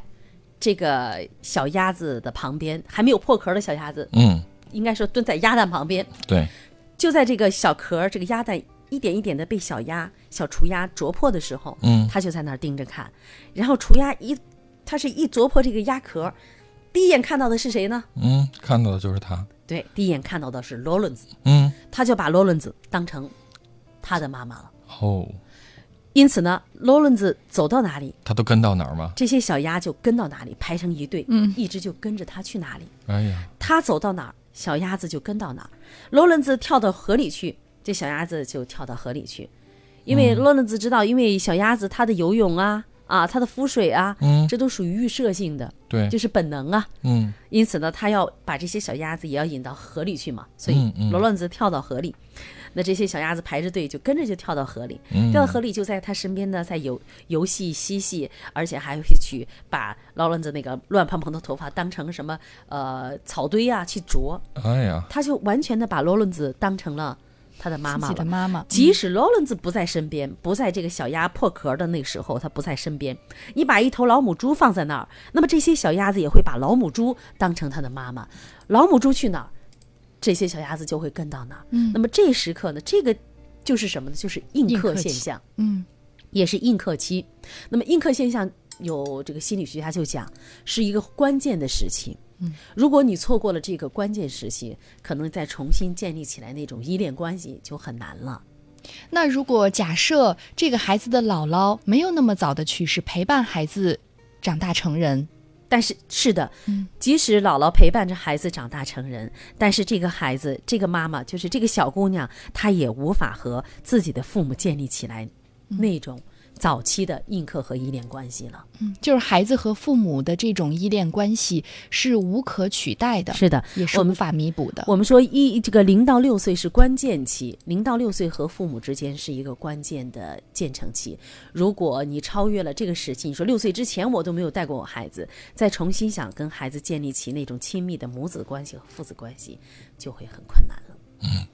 Speaker 3: 这个小鸭子的旁边，还没有破壳的小鸭子，
Speaker 1: 嗯，
Speaker 3: 应该说蹲在鸭蛋旁边。
Speaker 1: 对，
Speaker 3: 就在这个小壳、这个鸭蛋一点一点的被小鸭、小雏鸭啄破的时候，
Speaker 1: 嗯
Speaker 3: 他就在那儿盯着看。然后雏鸭一，它是一啄破这个鸭壳，第一眼看到的是谁呢？
Speaker 1: 嗯，看到的就是他，
Speaker 3: 对，第一眼看到的是罗伦兹，
Speaker 1: 嗯，
Speaker 3: 他就把罗伦兹当成他的妈妈了。
Speaker 1: 哦，
Speaker 3: 因此呢，罗伦兹走到哪里，
Speaker 1: 他都跟到哪儿吗？
Speaker 3: 这些小鸭就跟到哪里，排成一队，
Speaker 4: 嗯
Speaker 3: 一直就跟着它去哪里。
Speaker 1: 哎呀，
Speaker 3: 它走到哪儿，小鸭子就跟到哪儿。罗伦兹跳到河里去，这小鸭子就跳到河里去，因
Speaker 1: 嗯
Speaker 3: 为罗伦兹知道，因为小鸭子它的游泳啊啊，它的浮水啊，
Speaker 1: 嗯，
Speaker 3: 这都属于预设性的，
Speaker 1: 对，
Speaker 3: 就是本能啊。
Speaker 1: 嗯
Speaker 3: 因此呢，他要把这些小鸭子也要引到河里去嘛，所以
Speaker 1: 嗯嗯
Speaker 3: 罗伦兹跳到河里，那这些小鸭子排着队就跟着就跳到河里，
Speaker 1: 嗯
Speaker 3: 掉到河里就在他身边呢，在游游戏嬉戏，而且还会去把劳伦兹那个乱蓬蓬的头发当成什么呃草堆啊去啄，
Speaker 1: 哎呀，
Speaker 3: 他就完全的把劳伦兹当成了他的妈
Speaker 4: 自
Speaker 3: 妈
Speaker 4: 己的
Speaker 3: 了。
Speaker 4: 妈 妈，
Speaker 3: 即使劳伦兹不在身边，不在这个小鸭破壳的那个时候，他不在身边，你把一头老母猪放在那儿，那么这些小鸭子也会把老母猪当成它的妈妈，老母猪去哪儿，这些小鸭子就会跟到哪儿。
Speaker 4: 嗯
Speaker 3: 那么这时刻呢，这个就是什么呢？就是映
Speaker 4: 映
Speaker 3: 客
Speaker 4: 客
Speaker 3: 现
Speaker 4: 期
Speaker 3: 象。
Speaker 4: 嗯
Speaker 3: 也是映客期。那么映客现象有这个心理学家就讲是一个关键的时期。嗯，如果你错过了这个关键时期，可能再重新建立起来那种依恋关系就很难了。
Speaker 4: 那如果假设这个孩子的姥姥没有那么早的去世，陪伴孩子长大成人，
Speaker 3: 但是是的，
Speaker 4: 嗯
Speaker 3: 即使姥姥陪伴着孩子长大成人，但是这个孩子，这个妈妈，就是这个小姑娘，她也无法和自己的父母建立起来那种早期的印刻和依恋关系了。
Speaker 4: 嗯，就是孩子和父母的这种依恋关系是无可取代的，
Speaker 3: 是的，
Speaker 4: 也是
Speaker 3: 我
Speaker 4: 无
Speaker 3: 们
Speaker 4: 法弥补的。
Speaker 3: 我们说一这个零到六岁是关键期，零到六岁和父母之间是一个关键的建成期。如果你超越了这个时期，你说六岁之前我都没有带过我孩子，再重新想跟孩子建立起那种亲密的母子关系和父子关系，就会很困难了。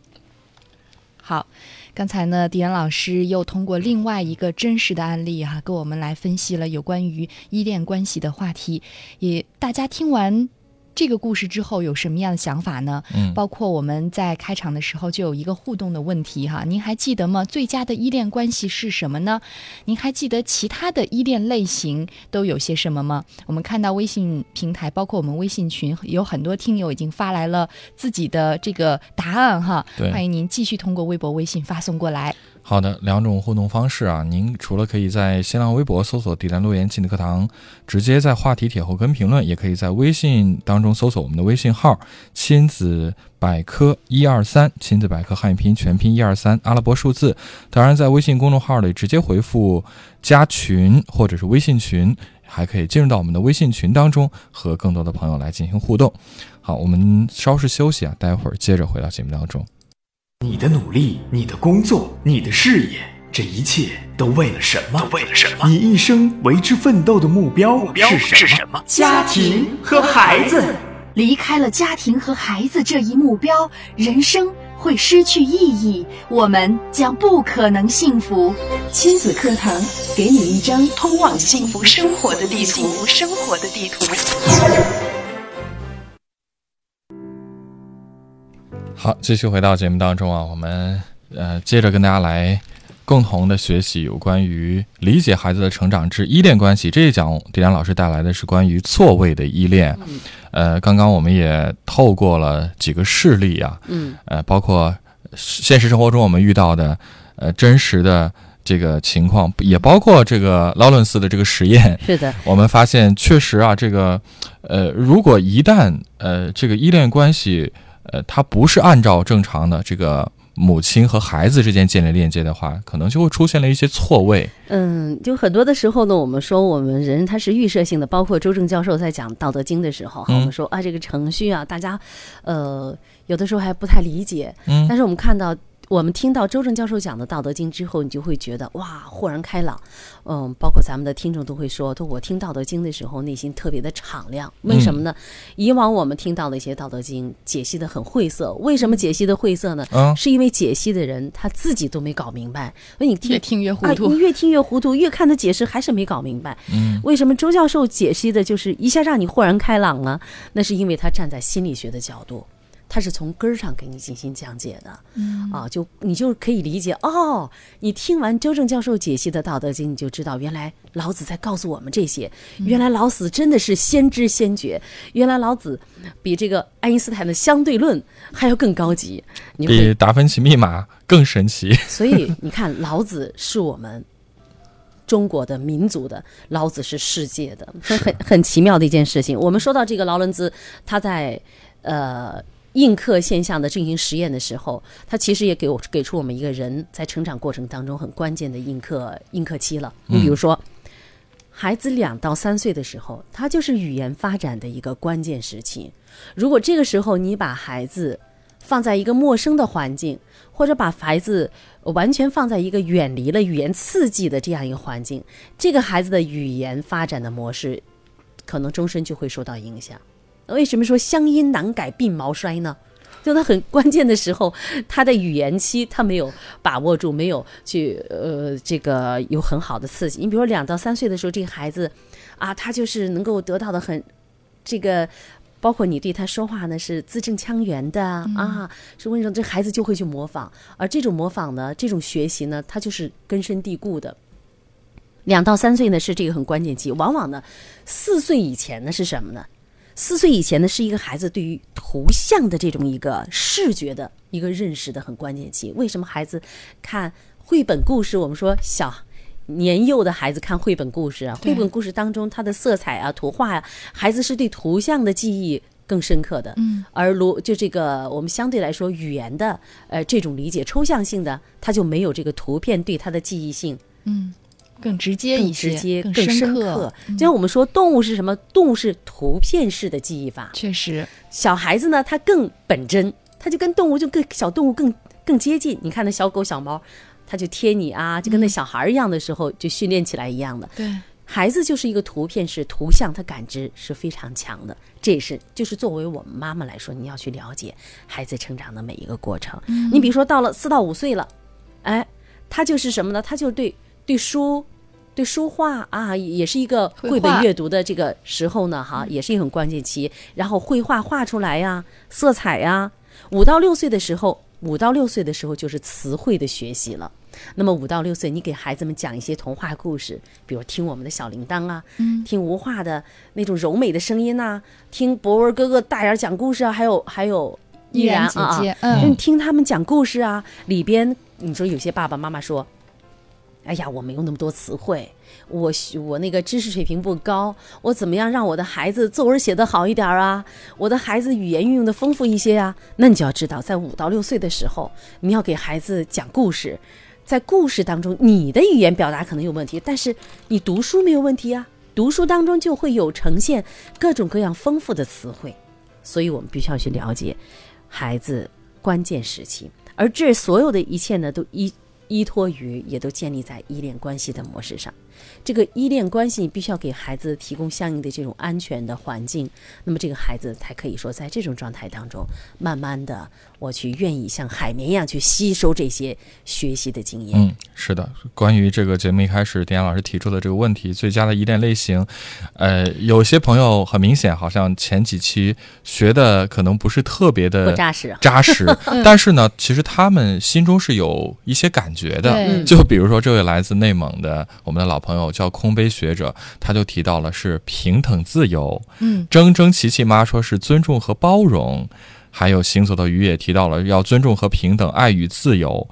Speaker 4: 好，刚才呢，迪安老师又通过另外一个真实的案例哈、跟我们来分析了有关于依恋关系的话题。也大家听完这个故事之后，有什么样的想法呢？
Speaker 1: 嗯
Speaker 4: 包括我们在开场的时候就有一个互动的问题哈、您还记得吗？最佳的依恋关系是什么呢？您还记得其他的依恋类型都有些什么吗？我们看到微信平台，包括我们微信群，有很多听友已经发来了自己的这个答案哈。
Speaker 1: 对
Speaker 4: 欢迎您继续通过微博、微信发送过来。
Speaker 1: 好的，两种互动方式啊，您除了可以在新浪微博搜索“底兰路言亲子课堂”，直接在话题帖后跟评论，也可以在微信当中搜索我们的微信号“亲子百科一二三”，亲子百科汉语拼音全拼一二三阿拉伯数字。当然，在微信公众号里直接回复“加群”或者是微信群，还可以进入到我们的微信群当中，和更多的朋友来进行互动。好，我们稍事休息啊，待会儿接着回到节目当中。
Speaker 6: 你的努力，你的工作，你的事业，这一切都为了什么？都为了什么？你一生为之奋斗的目标目标是什么？
Speaker 2: 家庭和孩子。离开了家庭和孩子这一目标，人生会失去意义，我们将不可能幸福。亲子课堂给你一张通往幸福生活的地图。生活的地图。
Speaker 1: 好，继续回到节目当中啊，我们呃接着跟大家来共同的学习有关于理解孩子的成长之依恋关系这一讲，迪兰老师带来的是关于错位的依恋。呃，刚刚我们也透过了几个事例啊，
Speaker 3: 嗯，
Speaker 1: 呃，包括现实生活中我们遇到的呃真实的这个情况，也包括这个劳伦斯的这个实验，
Speaker 3: 是的，
Speaker 1: 我们发现确实啊，这个，呃，如果一旦呃这个依恋关系，呃，它不是按照正常的这个母亲和孩子之间建立链接的话，可能就会出现了一些错位。
Speaker 3: 嗯，就很多的时候呢，我们说我们人他是预设性的，包括周正教授在讲《道德经》的时候，哈，
Speaker 1: 嗯
Speaker 3: 我们说啊，这个程序啊，大家，呃，有的时候还不太理解，
Speaker 1: 嗯
Speaker 3: 但是我们看到，我们听到周正教授讲的《道德经》之后，你就会觉得哇，豁然开朗。嗯，包括咱们的听众都会说，都我听《道德经》的时候，内心特别的敞亮。为
Speaker 1: 嗯
Speaker 3: 什么呢？以往我们听到的一些《道德经》解析的很晦涩，为什么解析的晦涩呢？
Speaker 1: 嗯
Speaker 3: 是因为解析的人他自己都没搞明白，所以你听
Speaker 4: 越听越糊
Speaker 3: 啊，
Speaker 4: 涂。
Speaker 3: 你越听越糊涂，越看他解释还是没搞明白。
Speaker 1: 嗯，
Speaker 3: 为什么周教授解析的就是一下让你豁然开朗呢？那是因为他站在心理学的角度，他是从根儿上给你进行讲解的。嗯啊，就你就可以理解哦。你听完周正教授解析的《道德经》，你就知道原来老子在告诉我们这些。
Speaker 4: 嗯
Speaker 3: 原来老子真的是先知先觉，原来老子比这个爱因斯坦的相对论还要更高级。你会
Speaker 1: 比达芬奇密码更神奇。
Speaker 3: 所以你看，老子是我们中国的民族的，老子是世界的，很 很很奇妙的一件事情。我们说到这个劳伦兹，他在呃印刻现象的进行实验的时候，他其实也给我给出我们一个人在成长过程当中很关键的印刻印刻期了。你比如说。孩子两到三岁的时候，他就是语言发展的一个关键时期。如果这个时候你把孩子放在一个陌生的环境，或者把孩子呃完全放在一个远离了语言刺激的这样一个环境，这个孩子的语言发展的模式，可能终身就会受到影响。为什么说乡音难改鬓毛衰呢？就他很关键的时候，他的语言期他没有把握住，没有去呃这个有很好的刺激。你比如说两到三岁的时候，这个孩子啊，他就是能够得到的很这个，包括你对他说话呢是字正腔圆的啊啊，是温柔，这孩子就会去模仿。而这种模仿呢，这种学习呢，它就是根深蒂固的。两到三岁呢是这个很关键期，往往呢，四岁以前呢是什么呢？四岁以前呢，是一个孩子对于图像的这种一个视觉的一个认识的很关键期。为什么孩子看绘本故事？我们说小。年幼的孩子看绘本故事啊，
Speaker 4: 对
Speaker 3: 绘本故事当中它的色彩啊、图画呀、孩子是对图像的记忆更深刻的。
Speaker 4: 嗯，
Speaker 3: 而如就这个我们相对来说语言的呃这种理解抽象性的，它就没有这个图片对它的记忆性
Speaker 4: 嗯，更直接
Speaker 3: 更
Speaker 4: 一些，
Speaker 3: 直接、
Speaker 4: 更
Speaker 3: 更深
Speaker 4: 刻
Speaker 3: 刻。。嗯就像我们说动物是什么？动物是图片式的记忆法。
Speaker 4: 确实，
Speaker 3: 小孩子呢，他更本真，他就跟动物就跟小动物更更接近。你看那小狗、小猫，它就贴你啊，就跟那小孩儿一样的时候，就训练起来一样的。
Speaker 4: 对，
Speaker 3: 孩子就是一个图片式图像，他感知是非常强的。这也是就是作为我们妈妈来说，你要去了解孩子成长的每一个过程。你比如说到了四到五岁了，哎，他就是什么呢？他就对对书。对书画啊，也是一个
Speaker 4: 绘
Speaker 3: 绘本
Speaker 4: 画
Speaker 3: 阅读的这个时候呢，哈，也是一个很关键期。然后绘画画出来呀、色彩呀、五到六岁的时候，五到六岁的时候就是词汇的学习了。那么五到六岁，你给孩子们讲一些童话故事，比如听我们的小铃铛啊，
Speaker 4: 嗯
Speaker 3: 听吴话的那种柔美的声音呐、听博文哥哥大眼儿讲故事啊，还有还有
Speaker 4: 依然
Speaker 3: 啊啊
Speaker 4: 姐姐，
Speaker 3: 就
Speaker 4: 嗯
Speaker 3: 你听他们讲故事啊，里边你说有些爸爸妈妈说，哎呀，我没有那么多词汇，我学我那个知识水平不高，我怎么样让我的孩子作文写得好一点儿啊？我的孩子语言运用的丰富一些啊？那你就要知道，在五到六岁的时候，你要给孩子讲故事。在故事当中，你的语言表达可能有问题，但是你读书没有问题啊。读书当中就会有呈现各种各样丰富的词汇，所以我们必须要去了解孩子关键时期，而这所有的一切呢，都依依托于，也都建立在依恋关系的模式上。这个依恋关系，你必须要给孩子提供相应的这种安全的环境，那么这个孩子才可以说在这种状态当中，慢慢的，我去愿意像海绵一样去吸收这些学习的经验。
Speaker 1: 嗯，是的。关于这个节目一开始，点老师提出的这个问题，最佳的依恋类型，呃，有些朋友很明显，好像前几期学的可能不是特别的
Speaker 3: 不扎实啊
Speaker 1: 扎 实但是呢，其实他们心中是有一些感觉的。
Speaker 4: 对
Speaker 1: 就比如说这位来自内蒙的我们的老朋友叫空杯学者，他就提到了是平等自由，
Speaker 4: 嗯，
Speaker 1: 铮铮琪琪妈说是尊重和包容。还有行走的鱼也提到了要尊重和平等、爱与自由。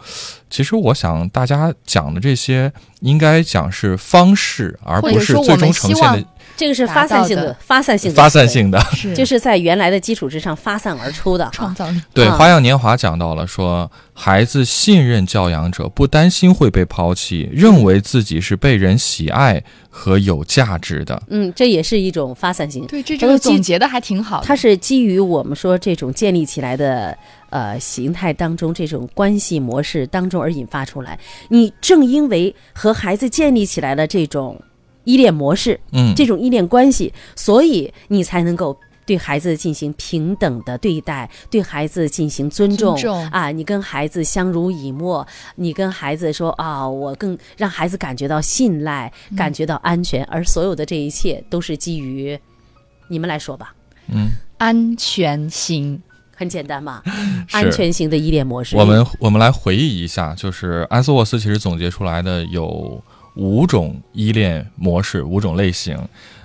Speaker 1: 其实我想大家讲的这些，应该讲是方式，而
Speaker 4: 或
Speaker 1: 不
Speaker 4: 者
Speaker 1: 是
Speaker 4: 说
Speaker 1: 最
Speaker 4: 我
Speaker 1: 终
Speaker 4: 们
Speaker 1: 呈
Speaker 4: 希
Speaker 1: 现
Speaker 4: 望
Speaker 1: 的
Speaker 3: 这个是
Speaker 4: 达
Speaker 3: 发散
Speaker 4: 到
Speaker 3: 性
Speaker 4: 的
Speaker 3: 的，发散性的
Speaker 1: 发散
Speaker 3: 思维，
Speaker 1: 性的。
Speaker 4: 是
Speaker 3: 就是在原来的基础之上发散而出的啊
Speaker 4: 创 造力，
Speaker 1: 对，《
Speaker 3: 啊
Speaker 1: 花样年华》讲到了说，孩子信任教养者，不担心会被抛弃，认为自己是被人喜爱和有价值的。
Speaker 3: 嗯，这也是一种发散性。
Speaker 4: 对，这
Speaker 3: 这
Speaker 4: 这
Speaker 3: 个
Speaker 4: 个
Speaker 3: 总
Speaker 4: 总结的还挺好的，
Speaker 3: 它是基于我们说这种建立起来的呃形态当中，这种关系模式当中而引发出来。你正因为和孩子建立起来了这种依恋模式，
Speaker 1: 嗯，
Speaker 3: 这种依恋关系，所以你才能够。对孩子进行平等的对待，对孩子进行尊重
Speaker 4: 尊重
Speaker 3: 啊！你跟孩子相濡以沫，你跟孩子说啊，我更让孩子感觉到信赖，
Speaker 4: 嗯
Speaker 3: 感觉到安全，而所有的这一切都是基于你们来说吧，
Speaker 1: 嗯，
Speaker 4: 安全型，
Speaker 3: 很简单嘛，
Speaker 1: 是
Speaker 3: 安全型的依恋模式。
Speaker 1: 我们我们来回忆一下，就是安斯沃斯其实总结出来的有五种依恋模式，五种类型。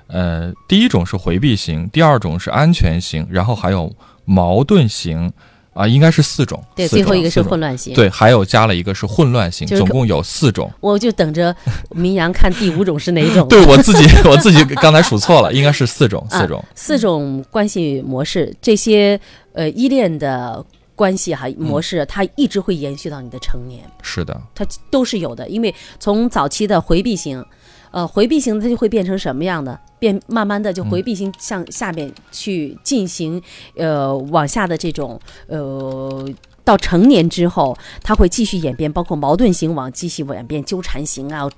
Speaker 1: 呃，第一种是回避型，第二种是安全型，然后还有矛盾型，啊、应该是四种。
Speaker 3: 对
Speaker 1: 四种
Speaker 3: 最后一个是
Speaker 1: 四种
Speaker 3: 混乱型。
Speaker 1: 对，还有加了一个是混乱型，
Speaker 3: 就是
Speaker 1: 总共有四种。。
Speaker 3: 我就等着明阳看第五种是哪 种
Speaker 1: 对我自己，我自己刚才数错了，应该是四种，
Speaker 3: 啊
Speaker 1: 四种。
Speaker 3: 四种关系模式，这些呃依恋的关系哈、模式，它一直会延续到你的成年，
Speaker 1: 是的，
Speaker 3: 它都是有的。因为从早期的回避型，呃，回避型它就会变成什么样的？变慢慢的就回避型向下面去进行，呃，往下的这种呃。到成年之后，它会继续演变，包括矛盾型往继续演变，纠缠型啊，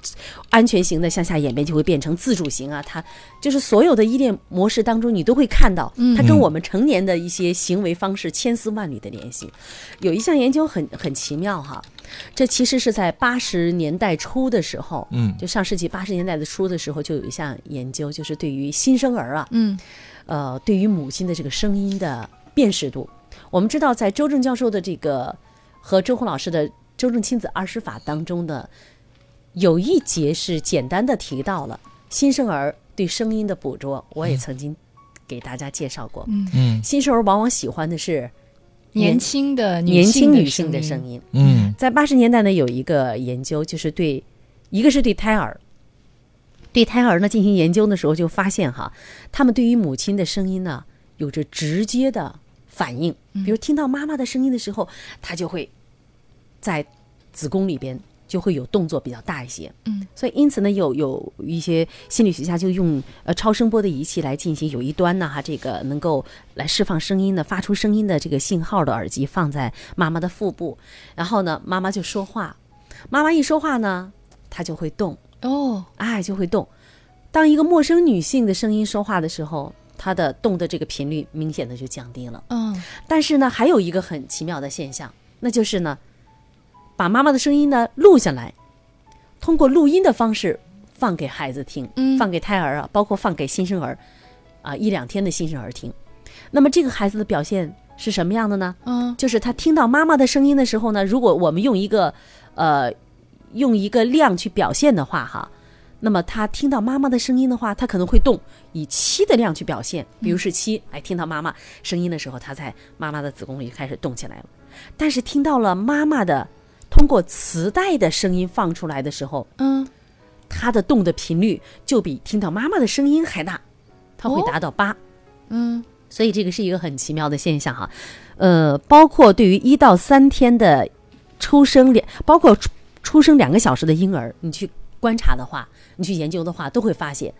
Speaker 3: 安全型的向下演变就会变成自主型啊，它就是所有的依恋模式当中，你都会看到，它跟我们成年的一些行为方式千丝万缕的联系。有一项研究很很奇妙哈，这其实是在八十年代初的时候，
Speaker 1: 嗯
Speaker 3: 就上世纪八十年代的初的时候，就有一项研究，就是对于新生儿啊，
Speaker 4: 嗯，
Speaker 3: 呃，对于母亲的这个声音的辨识度。我们知道，在周正教授的这个和周红老师的《周正亲子二十法》当中呢，有一节是简单的提到了新生儿对声音的捕捉，我也曾经给大家介绍过。
Speaker 4: 嗯，
Speaker 1: 嗯
Speaker 3: 新手儿往往喜欢的是
Speaker 4: 年轻的
Speaker 3: 年轻女性
Speaker 4: 性
Speaker 3: 的
Speaker 4: 声
Speaker 3: 声
Speaker 4: 音，
Speaker 3: 音。
Speaker 1: 嗯
Speaker 3: 在八十年代呢，有一个研究，就是对，一个是对胎儿，对胎儿呢进行研究的时候就发现哈，他们对于母亲的声音呢有着直接的反应，比如听到妈妈的声音的时候，他就会在子宫里边就会有动作比较大一些。
Speaker 4: 嗯，
Speaker 3: 所以因此呢，有有一些心理学家就用呃超声波的仪器来进行，有一端呢哈，这个能够来释放声音的、发出声音的这个信号的耳机放在妈妈的腹部，然后呢，妈妈就说话，妈妈一说话呢，她就会动，
Speaker 4: 哦，
Speaker 3: 哎，就会动。当一个陌生女性的声音说话的时候，她的动的这个频率明显的就降低了。
Speaker 4: 嗯
Speaker 3: 但是呢，还有一个很奇妙的现象，那就是呢，把妈妈的声音呢录下来，通过录音的方式放给孩子听，
Speaker 4: 嗯
Speaker 3: 放给胎儿啊，包括放给新生儿啊，一两天的新生儿听。那么这个孩子的表现是什么样的呢？
Speaker 4: 嗯
Speaker 3: 就是他听到妈妈的声音的时候呢，如果我们用一个呃用一个量去表现的话，哈，那么他听到妈妈的声音的话，他可能会动，以七的量去表现，比如是七，哎，听到妈妈声音的时候，他在妈妈的子宫里开始动起来了。但是听到了妈妈的通过磁带的声音放出来的时候，
Speaker 4: 嗯，
Speaker 3: 他的动的频率就比听到妈妈的声音还大，它会
Speaker 4: 哦
Speaker 3: 达到八、
Speaker 4: 嗯
Speaker 3: 所以这个是一个很奇妙的现象哈。呃，包括对于一到三天的出生两，包括出出生两个小时的婴儿，你去观察的话，你去研究的话，都会发现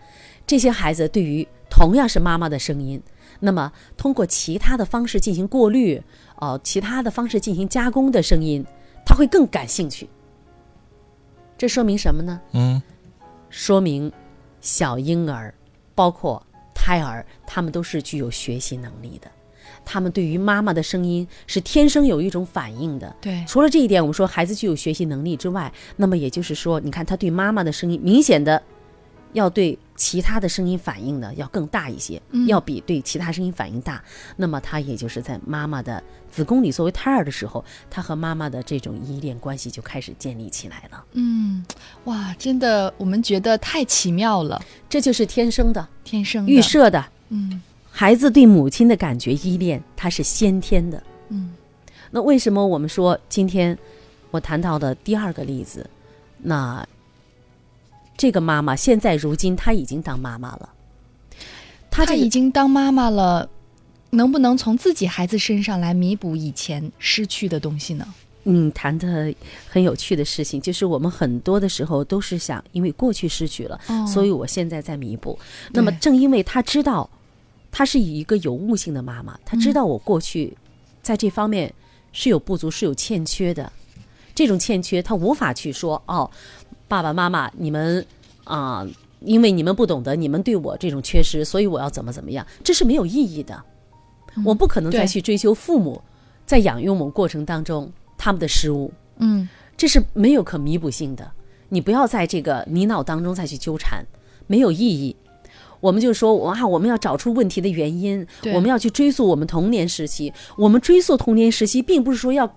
Speaker 3: 这些孩子对于同样是妈妈的声音，那么通过其他的方式进行过滤，呃，其他的方式进行加工的声音，他会更感兴趣。这说明什么呢？
Speaker 1: 嗯
Speaker 3: 说明小婴儿，包括胎儿，他们都是具有学习能力的。他们对于妈妈的声音是天生有一种反应的。
Speaker 4: 对，
Speaker 3: 除了这一点，我们说孩子具有学习能力之外，那么也就是说，你看他对妈妈的声音明显的要对其他的声音反应呢要更大一些，
Speaker 4: 嗯
Speaker 3: 要比对其他声音反应大。那么他也就是在妈妈的子宫里作为胎儿的时候，他和妈妈的这种依恋关系就开始建立起来了。
Speaker 4: 嗯，哇，真的，我们觉得太奇妙了，
Speaker 3: 这就是天生的、
Speaker 4: 天生的
Speaker 3: 预，设的。
Speaker 4: 嗯
Speaker 3: 孩子对母亲的感觉依恋，它是先天的。
Speaker 4: 嗯
Speaker 3: 那为什么我们说今天我谈到的第二个例子，那这个妈妈现在如今她已经当妈妈了，她
Speaker 4: 她
Speaker 3: 这个
Speaker 4: 已经当妈妈了，能不能从自己孩子身上来弥补以前失去的东西呢？
Speaker 3: 嗯谈的很有趣的事情，就是我们很多的时候都是想，因为过去失去了，
Speaker 4: 哦
Speaker 3: 所以我现在在弥补。那么
Speaker 4: 对
Speaker 3: 正因为她知道，她是以一个有悟性的妈妈，她
Speaker 4: 嗯
Speaker 3: 知道我过去在这方面是有不足，是有欠缺的。这种欠缺，她无法去说哦，爸爸妈妈，你们啊、因为你们不懂得，你们对我这种缺失，所以我要怎么怎么样，这是没有意义的。我不可能再
Speaker 4: 对
Speaker 3: 去追究父母在养育我们过程当中他们的失误。
Speaker 4: 嗯
Speaker 3: 这是没有可弥补性的。你不要在这个泥淖当中再去纠缠，没有意义。我们就说哇，我们要找出问题的原因，
Speaker 4: 对
Speaker 3: 我们要去追溯我们童年时期。我们追溯童年时期，并不是说要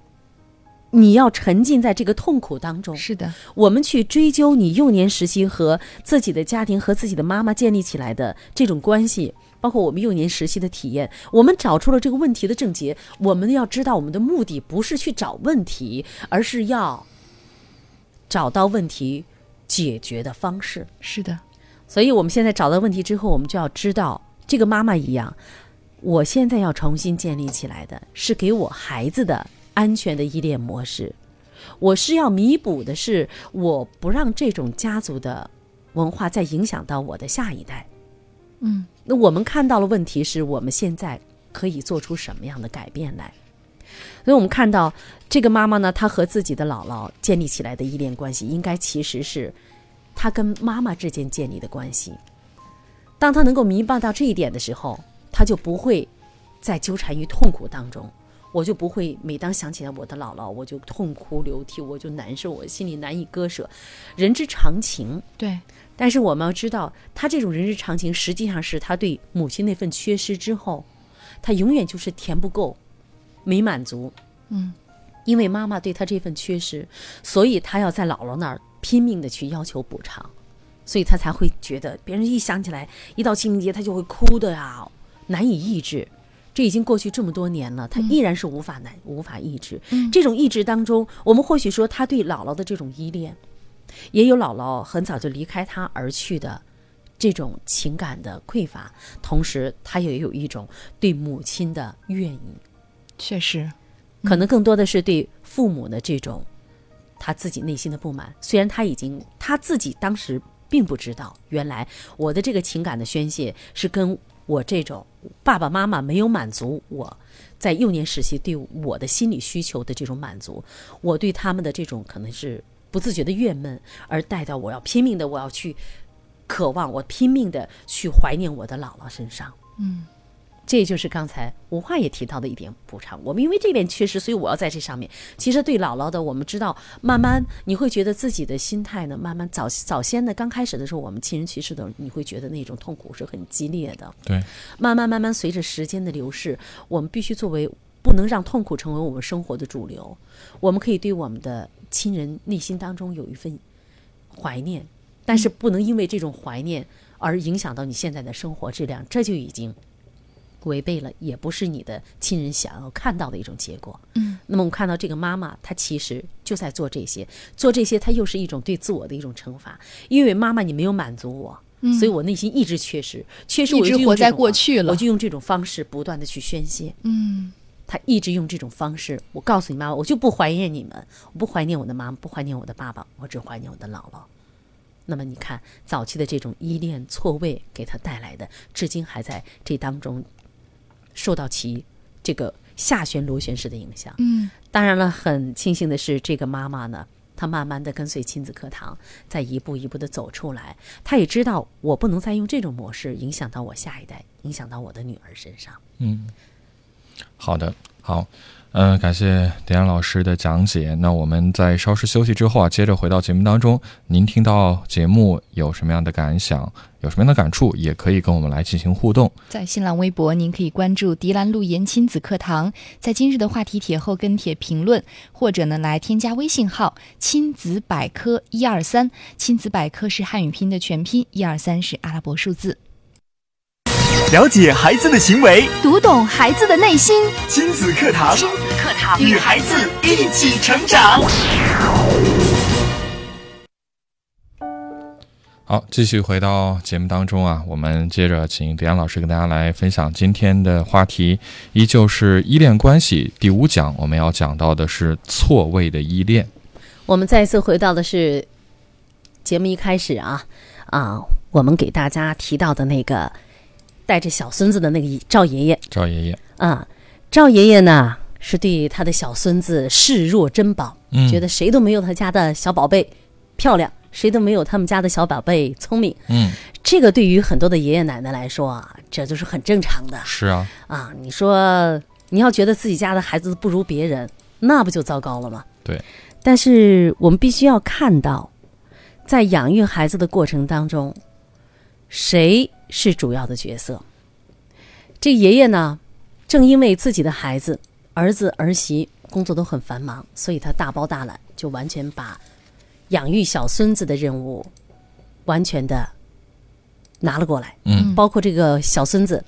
Speaker 3: 你要沉浸在这个痛苦当中，
Speaker 4: 是的，
Speaker 3: 我们去追究你幼年时期和自己的家庭和自己的妈妈建立起来的这种关系，包括我们幼年时期的体验，我们找出了这个问题的症结。我们要知道，我们的目的不是去找问题，而是要找到问题解决的方式。
Speaker 4: 是的，
Speaker 3: 所以，我们现在找到问题之后，我们就要知道，这个妈妈一样，我现在要重新建立起来的是给我孩子的安全的依恋模式，我是要弥补的是，我不让这种家族的文化再影响到我的下一代。
Speaker 4: 嗯，
Speaker 3: 那我们看到了问题是我们现在可以做出什么样的改变来？所以我们看到这个妈妈呢，她和自己的姥姥建立起来的依恋关系，应该其实是她跟妈妈之间建立的关系。当她能够明白到这一点的时候，她就不会在纠缠于痛苦当中。我就不会每当想起来我的姥姥，我就痛哭流涕，我就难受，我心里难以割舍，人之常情。
Speaker 4: 对，
Speaker 3: 但是我们要知道，他这种人之常情，实际上是他对母亲那份缺失之后，他永远就是填不够，没满足。
Speaker 4: 嗯，
Speaker 3: 因为妈妈对他这份缺失，所以他要在姥姥那儿拼命的去要求补偿，所以他才会觉得别人一想起来一到清明节他就会哭的呀，啊难以抑制。这已经过去这么多年了，他依然是无法难、无法抑制。这种抑制当中，我们或许说他对姥姥的这种依恋，也有姥姥很早就离开他而去的这种情感的匮乏，同时他也有一种对母亲的怨意，
Speaker 4: 确实，
Speaker 3: 可能更多的是对父母的这种他自己内心的不满。虽然他已经他自己当时并不知道，原来我的这个情感的宣泄是跟我这种爸爸妈妈没有满足我在幼年时期对我的心理需求的这种满足，我对他们的这种可能是不自觉的怨闷，而带到我要拼命的我要去渴望，我拼命的去怀念我的姥姥身上。
Speaker 4: 嗯，
Speaker 3: 这就是刚才文化也提到的一点补偿。我们因为这点缺失，所以我要在这上面。其实对姥姥的，我们知道，慢慢你会觉得自己的心态呢，慢慢早早先呢，刚开始的时候，我们亲人去世的时候，你会觉得那种痛苦是很激烈的。
Speaker 1: 对，
Speaker 3: 慢慢慢慢，随着时间的流逝，我们必须作为不能让痛苦成为我们生活的主流。我们可以对我们的亲人内心当中有一份怀念，但是不能因为这种怀念而影响到你现在的生活质量，这就已经违背了，也不是你的亲人想要看到的一种结果。
Speaker 4: 嗯，
Speaker 3: 那么我们看到这个妈妈，她其实就在做这些，做这些，她又是一种对自我的一种惩罚，因为妈妈你没有满足我。所以我内心一直缺失，缺失
Speaker 4: 嗯
Speaker 3: 我
Speaker 4: 一直
Speaker 3: 就用
Speaker 4: 活
Speaker 3: 这
Speaker 4: 在
Speaker 3: 种
Speaker 4: 过
Speaker 3: 方
Speaker 4: 去了
Speaker 3: 我就用这种方式不断的去宣泄。
Speaker 4: 嗯，
Speaker 3: 他一直用这种方式。我告诉你妈妈，我就不怀念你们，我不怀念我的妈妈，不怀念我的爸爸，我只怀念我的姥姥。那么你看，早期的这种依恋错位给他带来的，至今还在这当中受到其这个下旋螺旋式的影响。
Speaker 4: 嗯，
Speaker 3: 当然了，很庆幸的是，这个妈妈呢，她慢慢的跟随亲子课堂，在一步一步的走出来。她也知道，我不能再用这种模式影响到我下一代，影响到我的女儿身上。
Speaker 1: 嗯，好的，好，呃，感谢迪安老师的讲解。那我们在稍事休息之后啊，接着回到节目当中。您听到节目有什么样的感想，有什么样的感触，也可以跟我们来进行互动。
Speaker 4: 在新浪微博，您可以关注“迪兰路言亲子课堂”，在今日的话题帖后跟帖评论，或者呢来添加微信号“亲子百科一二三”，亲子百科是汉语拼音的全拼，一二三是阿拉伯数字。
Speaker 6: 了解孩子的行为，
Speaker 2: 读懂孩子的内心。
Speaker 6: 亲子课堂
Speaker 2: 亲子课堂
Speaker 6: 与孩子一起成长。
Speaker 1: 好，继续回到节目当中啊，我们接着请迪安老师跟大家来分享今天的话题，依旧是依恋关系第五讲，我们要讲到的是错位的依恋。
Speaker 3: 我们再一次回到的是节目一开始啊啊，我们给大家提到的那个带着小孙子的那个赵爷爷
Speaker 1: 赵爷爷，
Speaker 3: 啊，赵爷爷呢是对他的小孙子视若珍宝，
Speaker 1: 嗯，
Speaker 3: 觉得谁都没有他家的小宝贝漂亮，谁都没有他们家的小宝贝聪明。
Speaker 1: 嗯
Speaker 3: 这个对于很多的爷爷奶奶来说啊，这就是很正常的
Speaker 1: 是啊，
Speaker 3: 啊。你说你要觉得自己家的孩子不如别人，那不就糟糕了吗？
Speaker 1: 对。
Speaker 3: 但是我们必须要看到，在养育孩子的过程当中，谁是主要的角色？这爷爷呢，正因为自己的孩子、儿子、儿媳工作都很繁忙，所以他大包大揽，就完全把养育小孙子的任务完全的拿了过来。
Speaker 1: 嗯
Speaker 3: 包括这个小孙子，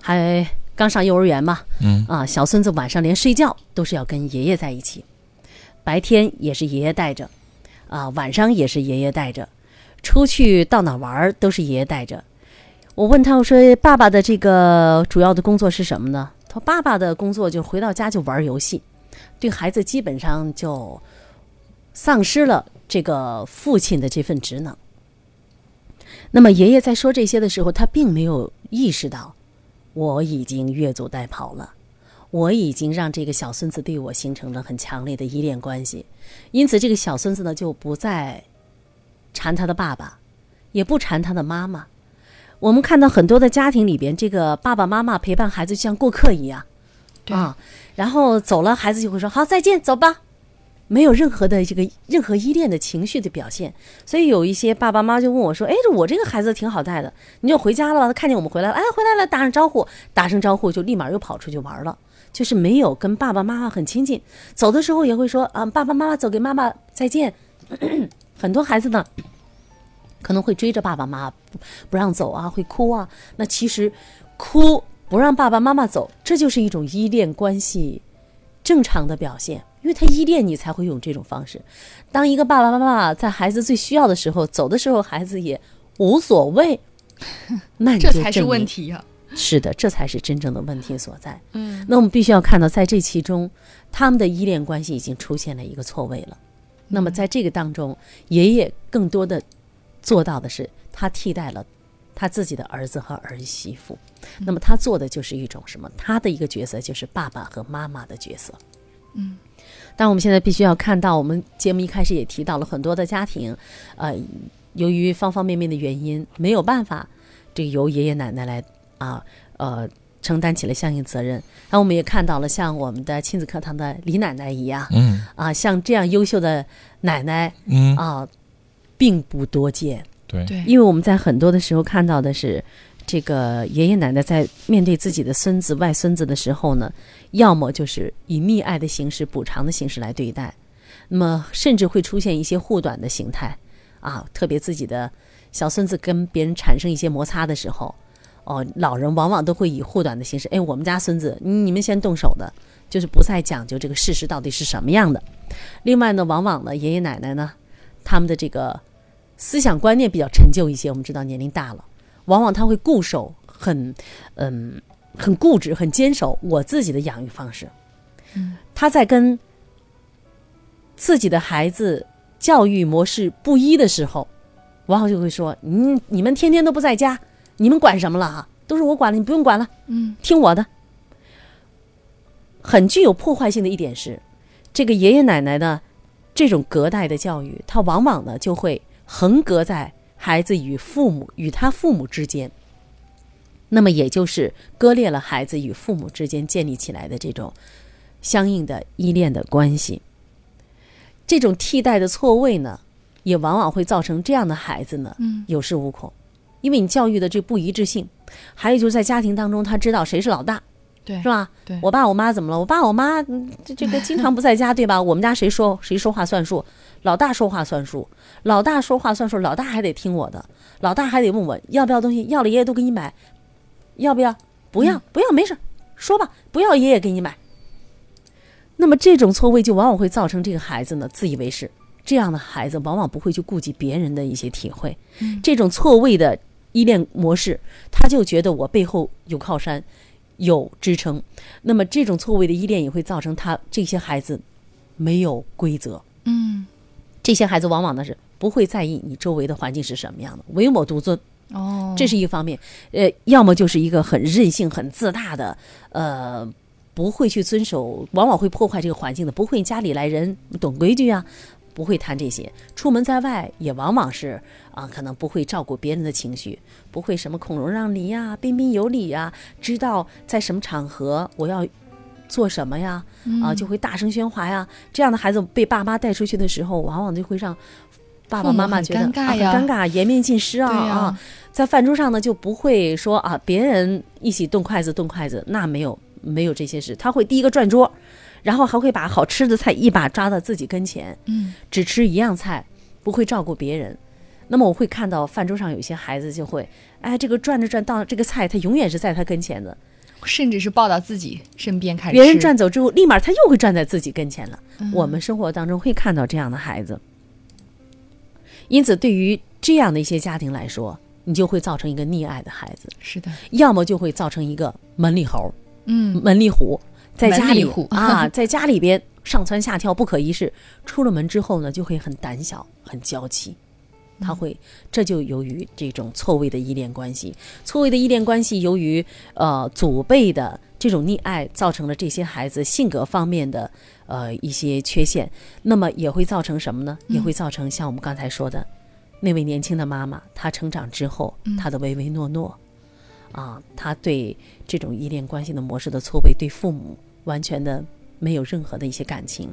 Speaker 3: 还刚上幼儿园嘛，
Speaker 1: 嗯
Speaker 3: 啊，小孙子晚上连睡觉都是要跟爷爷在一起，白天也是爷爷带着，啊，晚上也是爷爷带着，出去到哪玩儿都是爷爷带着。我问他，我说爸爸的这个主要的工作是什么呢？他说爸爸的工作就回到家就玩儿游戏，对孩子基本上就丧失了这个父亲的这份职能。那么爷爷在说这些的时候，他并没有意识到我已经越俎代庖了，我已经让这个小孙子对我形成了很强烈的依恋关系，因此这个小孙子呢就不再缠他的爸爸，也不缠他的妈妈。我们看到很多的家庭里边，这个爸爸妈妈陪伴孩子就像过客一样，
Speaker 4: 对
Speaker 3: 啊，然后走了，孩子就会说好再见，走吧，没有任何的这个任何依恋的情绪的表现。所以有一些爸爸妈妈就问我说：“哎，这我这个孩子挺好带的，你就回家了吧。他看见我们回来了，哎，回来了，打声招呼，打声招呼就立马又跑出去玩了，就是没有跟爸爸妈妈很亲近。走的时候也会说啊，爸爸妈妈走，给妈妈再见。 很多孩子呢，可能会追着爸爸妈妈不不让走啊，会哭啊。那其实哭不让爸爸妈妈走，这就是一种依恋关系正常的表现，因为他依恋你才会用这种方式。当一个爸爸妈妈在孩子最需要的时候走的时候，孩子也无所谓， 那你
Speaker 7: 这
Speaker 3: 就
Speaker 7: 才是
Speaker 3: 证
Speaker 7: 问
Speaker 3: 明
Speaker 7: 题啊呀、
Speaker 3: 是的，这才是真正的问题所在。
Speaker 7: 嗯，
Speaker 3: 那我们必须要看到，在这其中，他们的依恋关系已经出现了一个错位了。那
Speaker 7: 嗯
Speaker 3: 么在这个当中，爷爷更多的做到的是，他替代了他自己的儿子和儿媳妇。
Speaker 7: 嗯
Speaker 3: 那么他做的就是一种什么？他的一个角色就是爸爸和妈妈的角色。
Speaker 7: 嗯。
Speaker 3: 但我们现在必须要看到，我们节目一开始也提到了很多的家庭，呃，由于方方面面的原因，没有办法，这个由爷爷奶奶来啊，呃，承担起了相应责任。那我们也看到了，像我们的亲子课堂的李奶奶一样，
Speaker 1: 嗯
Speaker 3: 啊，像这样优秀的奶奶
Speaker 1: 嗯，
Speaker 3: 啊，并不多见。
Speaker 1: 对，
Speaker 7: 对，
Speaker 3: 因为我们在很多的时候看到的是，这个爷爷奶奶在面对自己的孙子、外孙子的时候呢，要么就是以溺爱的形式、补偿的形式来对待，那么甚至会出现一些护短的形态啊， 特别自己的小孙子跟别人产生一些摩擦的时候，哦，老人往往都会以护短的形式，哎，我们家孙子，你们先动手的，就是不再讲究这个事实到底是什么样的。另外呢，往往呢，爷爷奶奶呢，他们的这个思想观念比较陈旧一些，我们知道年龄大了，往往他会固守，很嗯，很固执，很坚守我自己的养育方式。他在跟自己的孩子教育模式不一的时候，往往就会说：“嗯，你们天天都不在家，你们管什么了啊？都是我管了，你不用管了。”
Speaker 7: 嗯，
Speaker 3: 听我的。很具有破坏性的一点是，这个爷爷奶奶呢，这种隔代的教育，它往往呢就会横隔在孩子与父母与他父母之间，那么也就是割裂了孩子与父母之间建立起来的这种相应的依恋的关系。这种替代的错位呢，也往往会造成这样的孩子呢，
Speaker 7: 嗯
Speaker 3: 有恃无恐，因为你教育的这不一致性，还有就是在家庭当中，他知道谁是老大，
Speaker 7: 对
Speaker 3: 是，吧？
Speaker 7: 对
Speaker 3: 我爸我妈怎么了？我爸我妈嗯这这个经常不在家，对吧？我们家谁说谁说话算数，老大说话算数，老大说话算数，老大还得听我的，老大还得问我要不要东西，要了爷爷都给你买，要不要？不要，不要，没事，说吧，不要爷爷给你买。那么这种错位就往往会造成这个孩子呢自以为是，这样的孩子往往不会去顾及别人的一些体会，这种错位的依恋模式，他就觉得我背后有靠山，有支撑。那么这种错位的依恋也会造成他这些孩子没有规则，
Speaker 7: 嗯，
Speaker 3: 这些孩子往往呢是不会在意你周围的环境是什么样的，唯我独尊，
Speaker 7: 哦，
Speaker 3: 这是一方面。呃，要么就是一个很任性、很自大的，呃，不会去遵守，往往会破坏这个环境的，不会家里来人，懂规矩啊。不会谈这些，出门在外也往往是啊，可能不会照顾别人的情绪，不会什么孔融让梨呀、彬彬有礼呀、知道在什么场合我要做什么呀，啊，就会
Speaker 7: 嗯
Speaker 3: 大声喧哗呀。这样的孩子被爸妈带出去的时候，往往就会让爸爸
Speaker 7: 父母
Speaker 3: 妈妈
Speaker 7: 很
Speaker 3: 觉得
Speaker 7: 尴尬
Speaker 3: 啊很
Speaker 7: 呀
Speaker 3: 尴尬，颜面尽失啊
Speaker 7: 对呀
Speaker 3: 啊。在饭桌上呢，就不会说啊，别人一起动筷子动筷子，那没有没有这些事，他会第一个转桌，然后还会把好吃的菜一把抓到自己跟前，
Speaker 7: 嗯，
Speaker 3: 只吃一样菜，不会照顾别人。那么我会看到饭桌上有一些孩子就会，哎，这个转着转到这个菜，他永远是在他跟前的，
Speaker 7: 甚至是抱到自己身边开始吃，
Speaker 3: 别人转走之后，立马他又会站在自己跟前了。我们生活当中会看到这样的孩子，因此对于这样的一些家庭来说，你就会造成一个溺爱的孩子，
Speaker 7: 是的，
Speaker 3: 要么就会造成一个门里猴、
Speaker 7: 嗯，
Speaker 3: 门里虎，在家里
Speaker 7: 门里虎
Speaker 3: 啊，在家里边上蹿下跳不可一世，出了门之后呢，就会很胆小、很娇气。他会，这就由于这种错位的依恋关系，错位的依恋关系由于呃祖辈的这种溺爱，造成了这些孩子性格方面的呃一些缺陷，那么也会造成什么呢？
Speaker 7: 嗯
Speaker 3: 也会造成像我们刚才说的、那位年轻的妈妈，她成长之后，
Speaker 7: 嗯
Speaker 3: 她的唯唯诺诺，啊，她对这种依恋关系的模式的错位，对父母完全的没有任何的一些感情。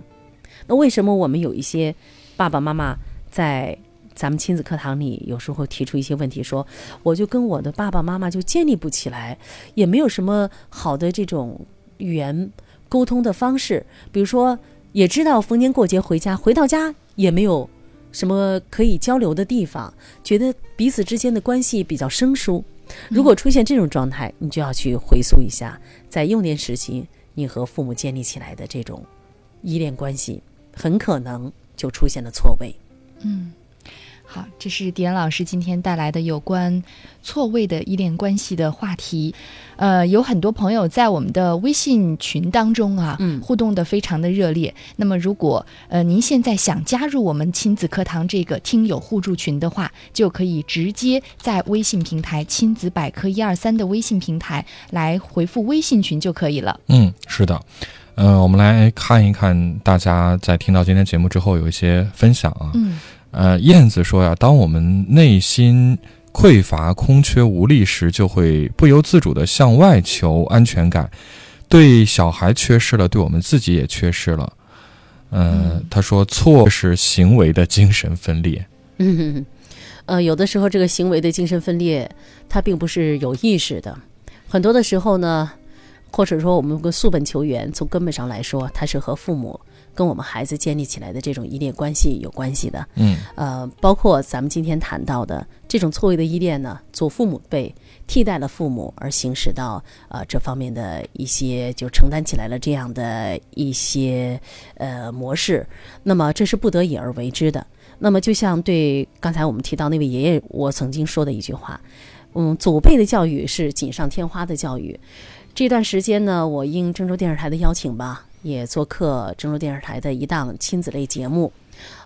Speaker 3: 那为什么我们有一些爸爸妈妈在咱们亲子课堂里，有时候提出一些问题说，我就跟我的爸爸妈妈就建立不起来，也没有什么好的这种语言沟通的方式，比如说也知道逢年过节回家，回到家也没有什么可以交流的地方，觉得彼此之间的关系比较生疏。如果出现这种状态，你就要去回溯一下，在幼年时期你和父母建立起来的这种依恋关系，很可能就出现了错位。
Speaker 4: 嗯，好，这是迪安老师今天带来的有关错位的依恋关系的话题。呃，有很多朋友在我们的微信群当中啊，
Speaker 3: 嗯
Speaker 4: 互动的非常的热烈。那么，如果呃您现在想加入我们亲子课堂这个听友互助群的话，就可以直接在微信平台“亲子百科一二三”的微信平台来回复“微信群”就可以了。
Speaker 1: 嗯，是的，呃，我们来看一看大家在听到今天节目之后有一些分享啊。
Speaker 4: 嗯
Speaker 1: 呃，燕子说呀、当我们内心匮乏、空缺、无力时，就会不由自主地向外求安全感，对小孩缺失了，对我们自己也缺失了。呃，他说错是行为的精神分裂。
Speaker 3: 嗯，呃，有的时候这个行为的精神分裂，它并不是有意识的，很多的时候呢，或者说我们个溯本求源，从根本上来说，它是和父母跟我们孩子建立起来的这种依恋关系有关系的。
Speaker 1: 嗯
Speaker 3: 呃，包括咱们今天谈到的这种错位的依恋呢，祖父母辈替代了父母而行使到呃这方面的一些，就承担起来了这样的一些呃模式。那么这是不得已而为之的。那么就像对刚才我们提到那位爷爷，我曾经说的一句话，嗯，祖辈的教育是锦上添花的教育。这段时间呢，我应郑州电视台的邀请吧，也做客郑州电视台的一档亲子类节目。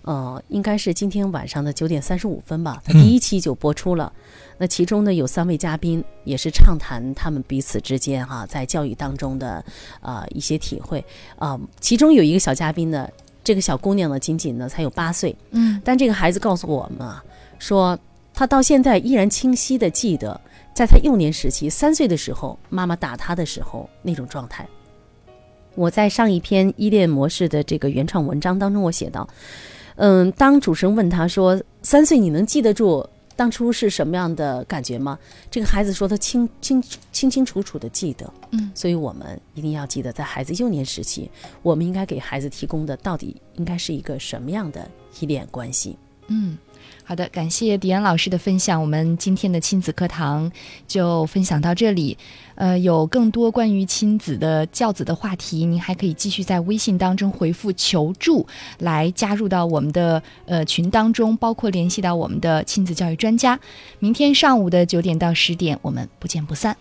Speaker 3: 呃，应该是今天晚上的九点三十五分吧，它第一期就播出了。那其中呢，有三位嘉宾也是畅谈他们彼此之间哈、在教育当中的呃一些体会啊、其中有一个小嘉宾呢，这个小姑娘呢，仅仅呢才有八岁，
Speaker 4: 嗯
Speaker 3: 但这个孩子告诉我们啊，说他到现在依然清晰的记得，在他幼年时期三岁的时候，妈妈打他的时候那种状态。我在上一篇依恋模式的这个原创文章当中，我写到，嗯，当主持人问他说：“三岁你能记得住当初是什么样的感觉吗？”这个孩子说他清清清清楚楚的记得。
Speaker 4: 嗯
Speaker 3: 所以我们一定要记得，在孩子幼年时期，我们应该给孩子提供的到底应该是一个什么样的依恋关系？
Speaker 4: 嗯，好的，感谢迪安老师的分享。我们今天的亲子课堂就分享到这里。呃，有更多关于亲子的教子的话题，您还可以继续在微信当中回复“求助”来加入到我们的呃群当中，包括联系到我们的亲子教育专家。明天上午的九点到十点，我们不见不散。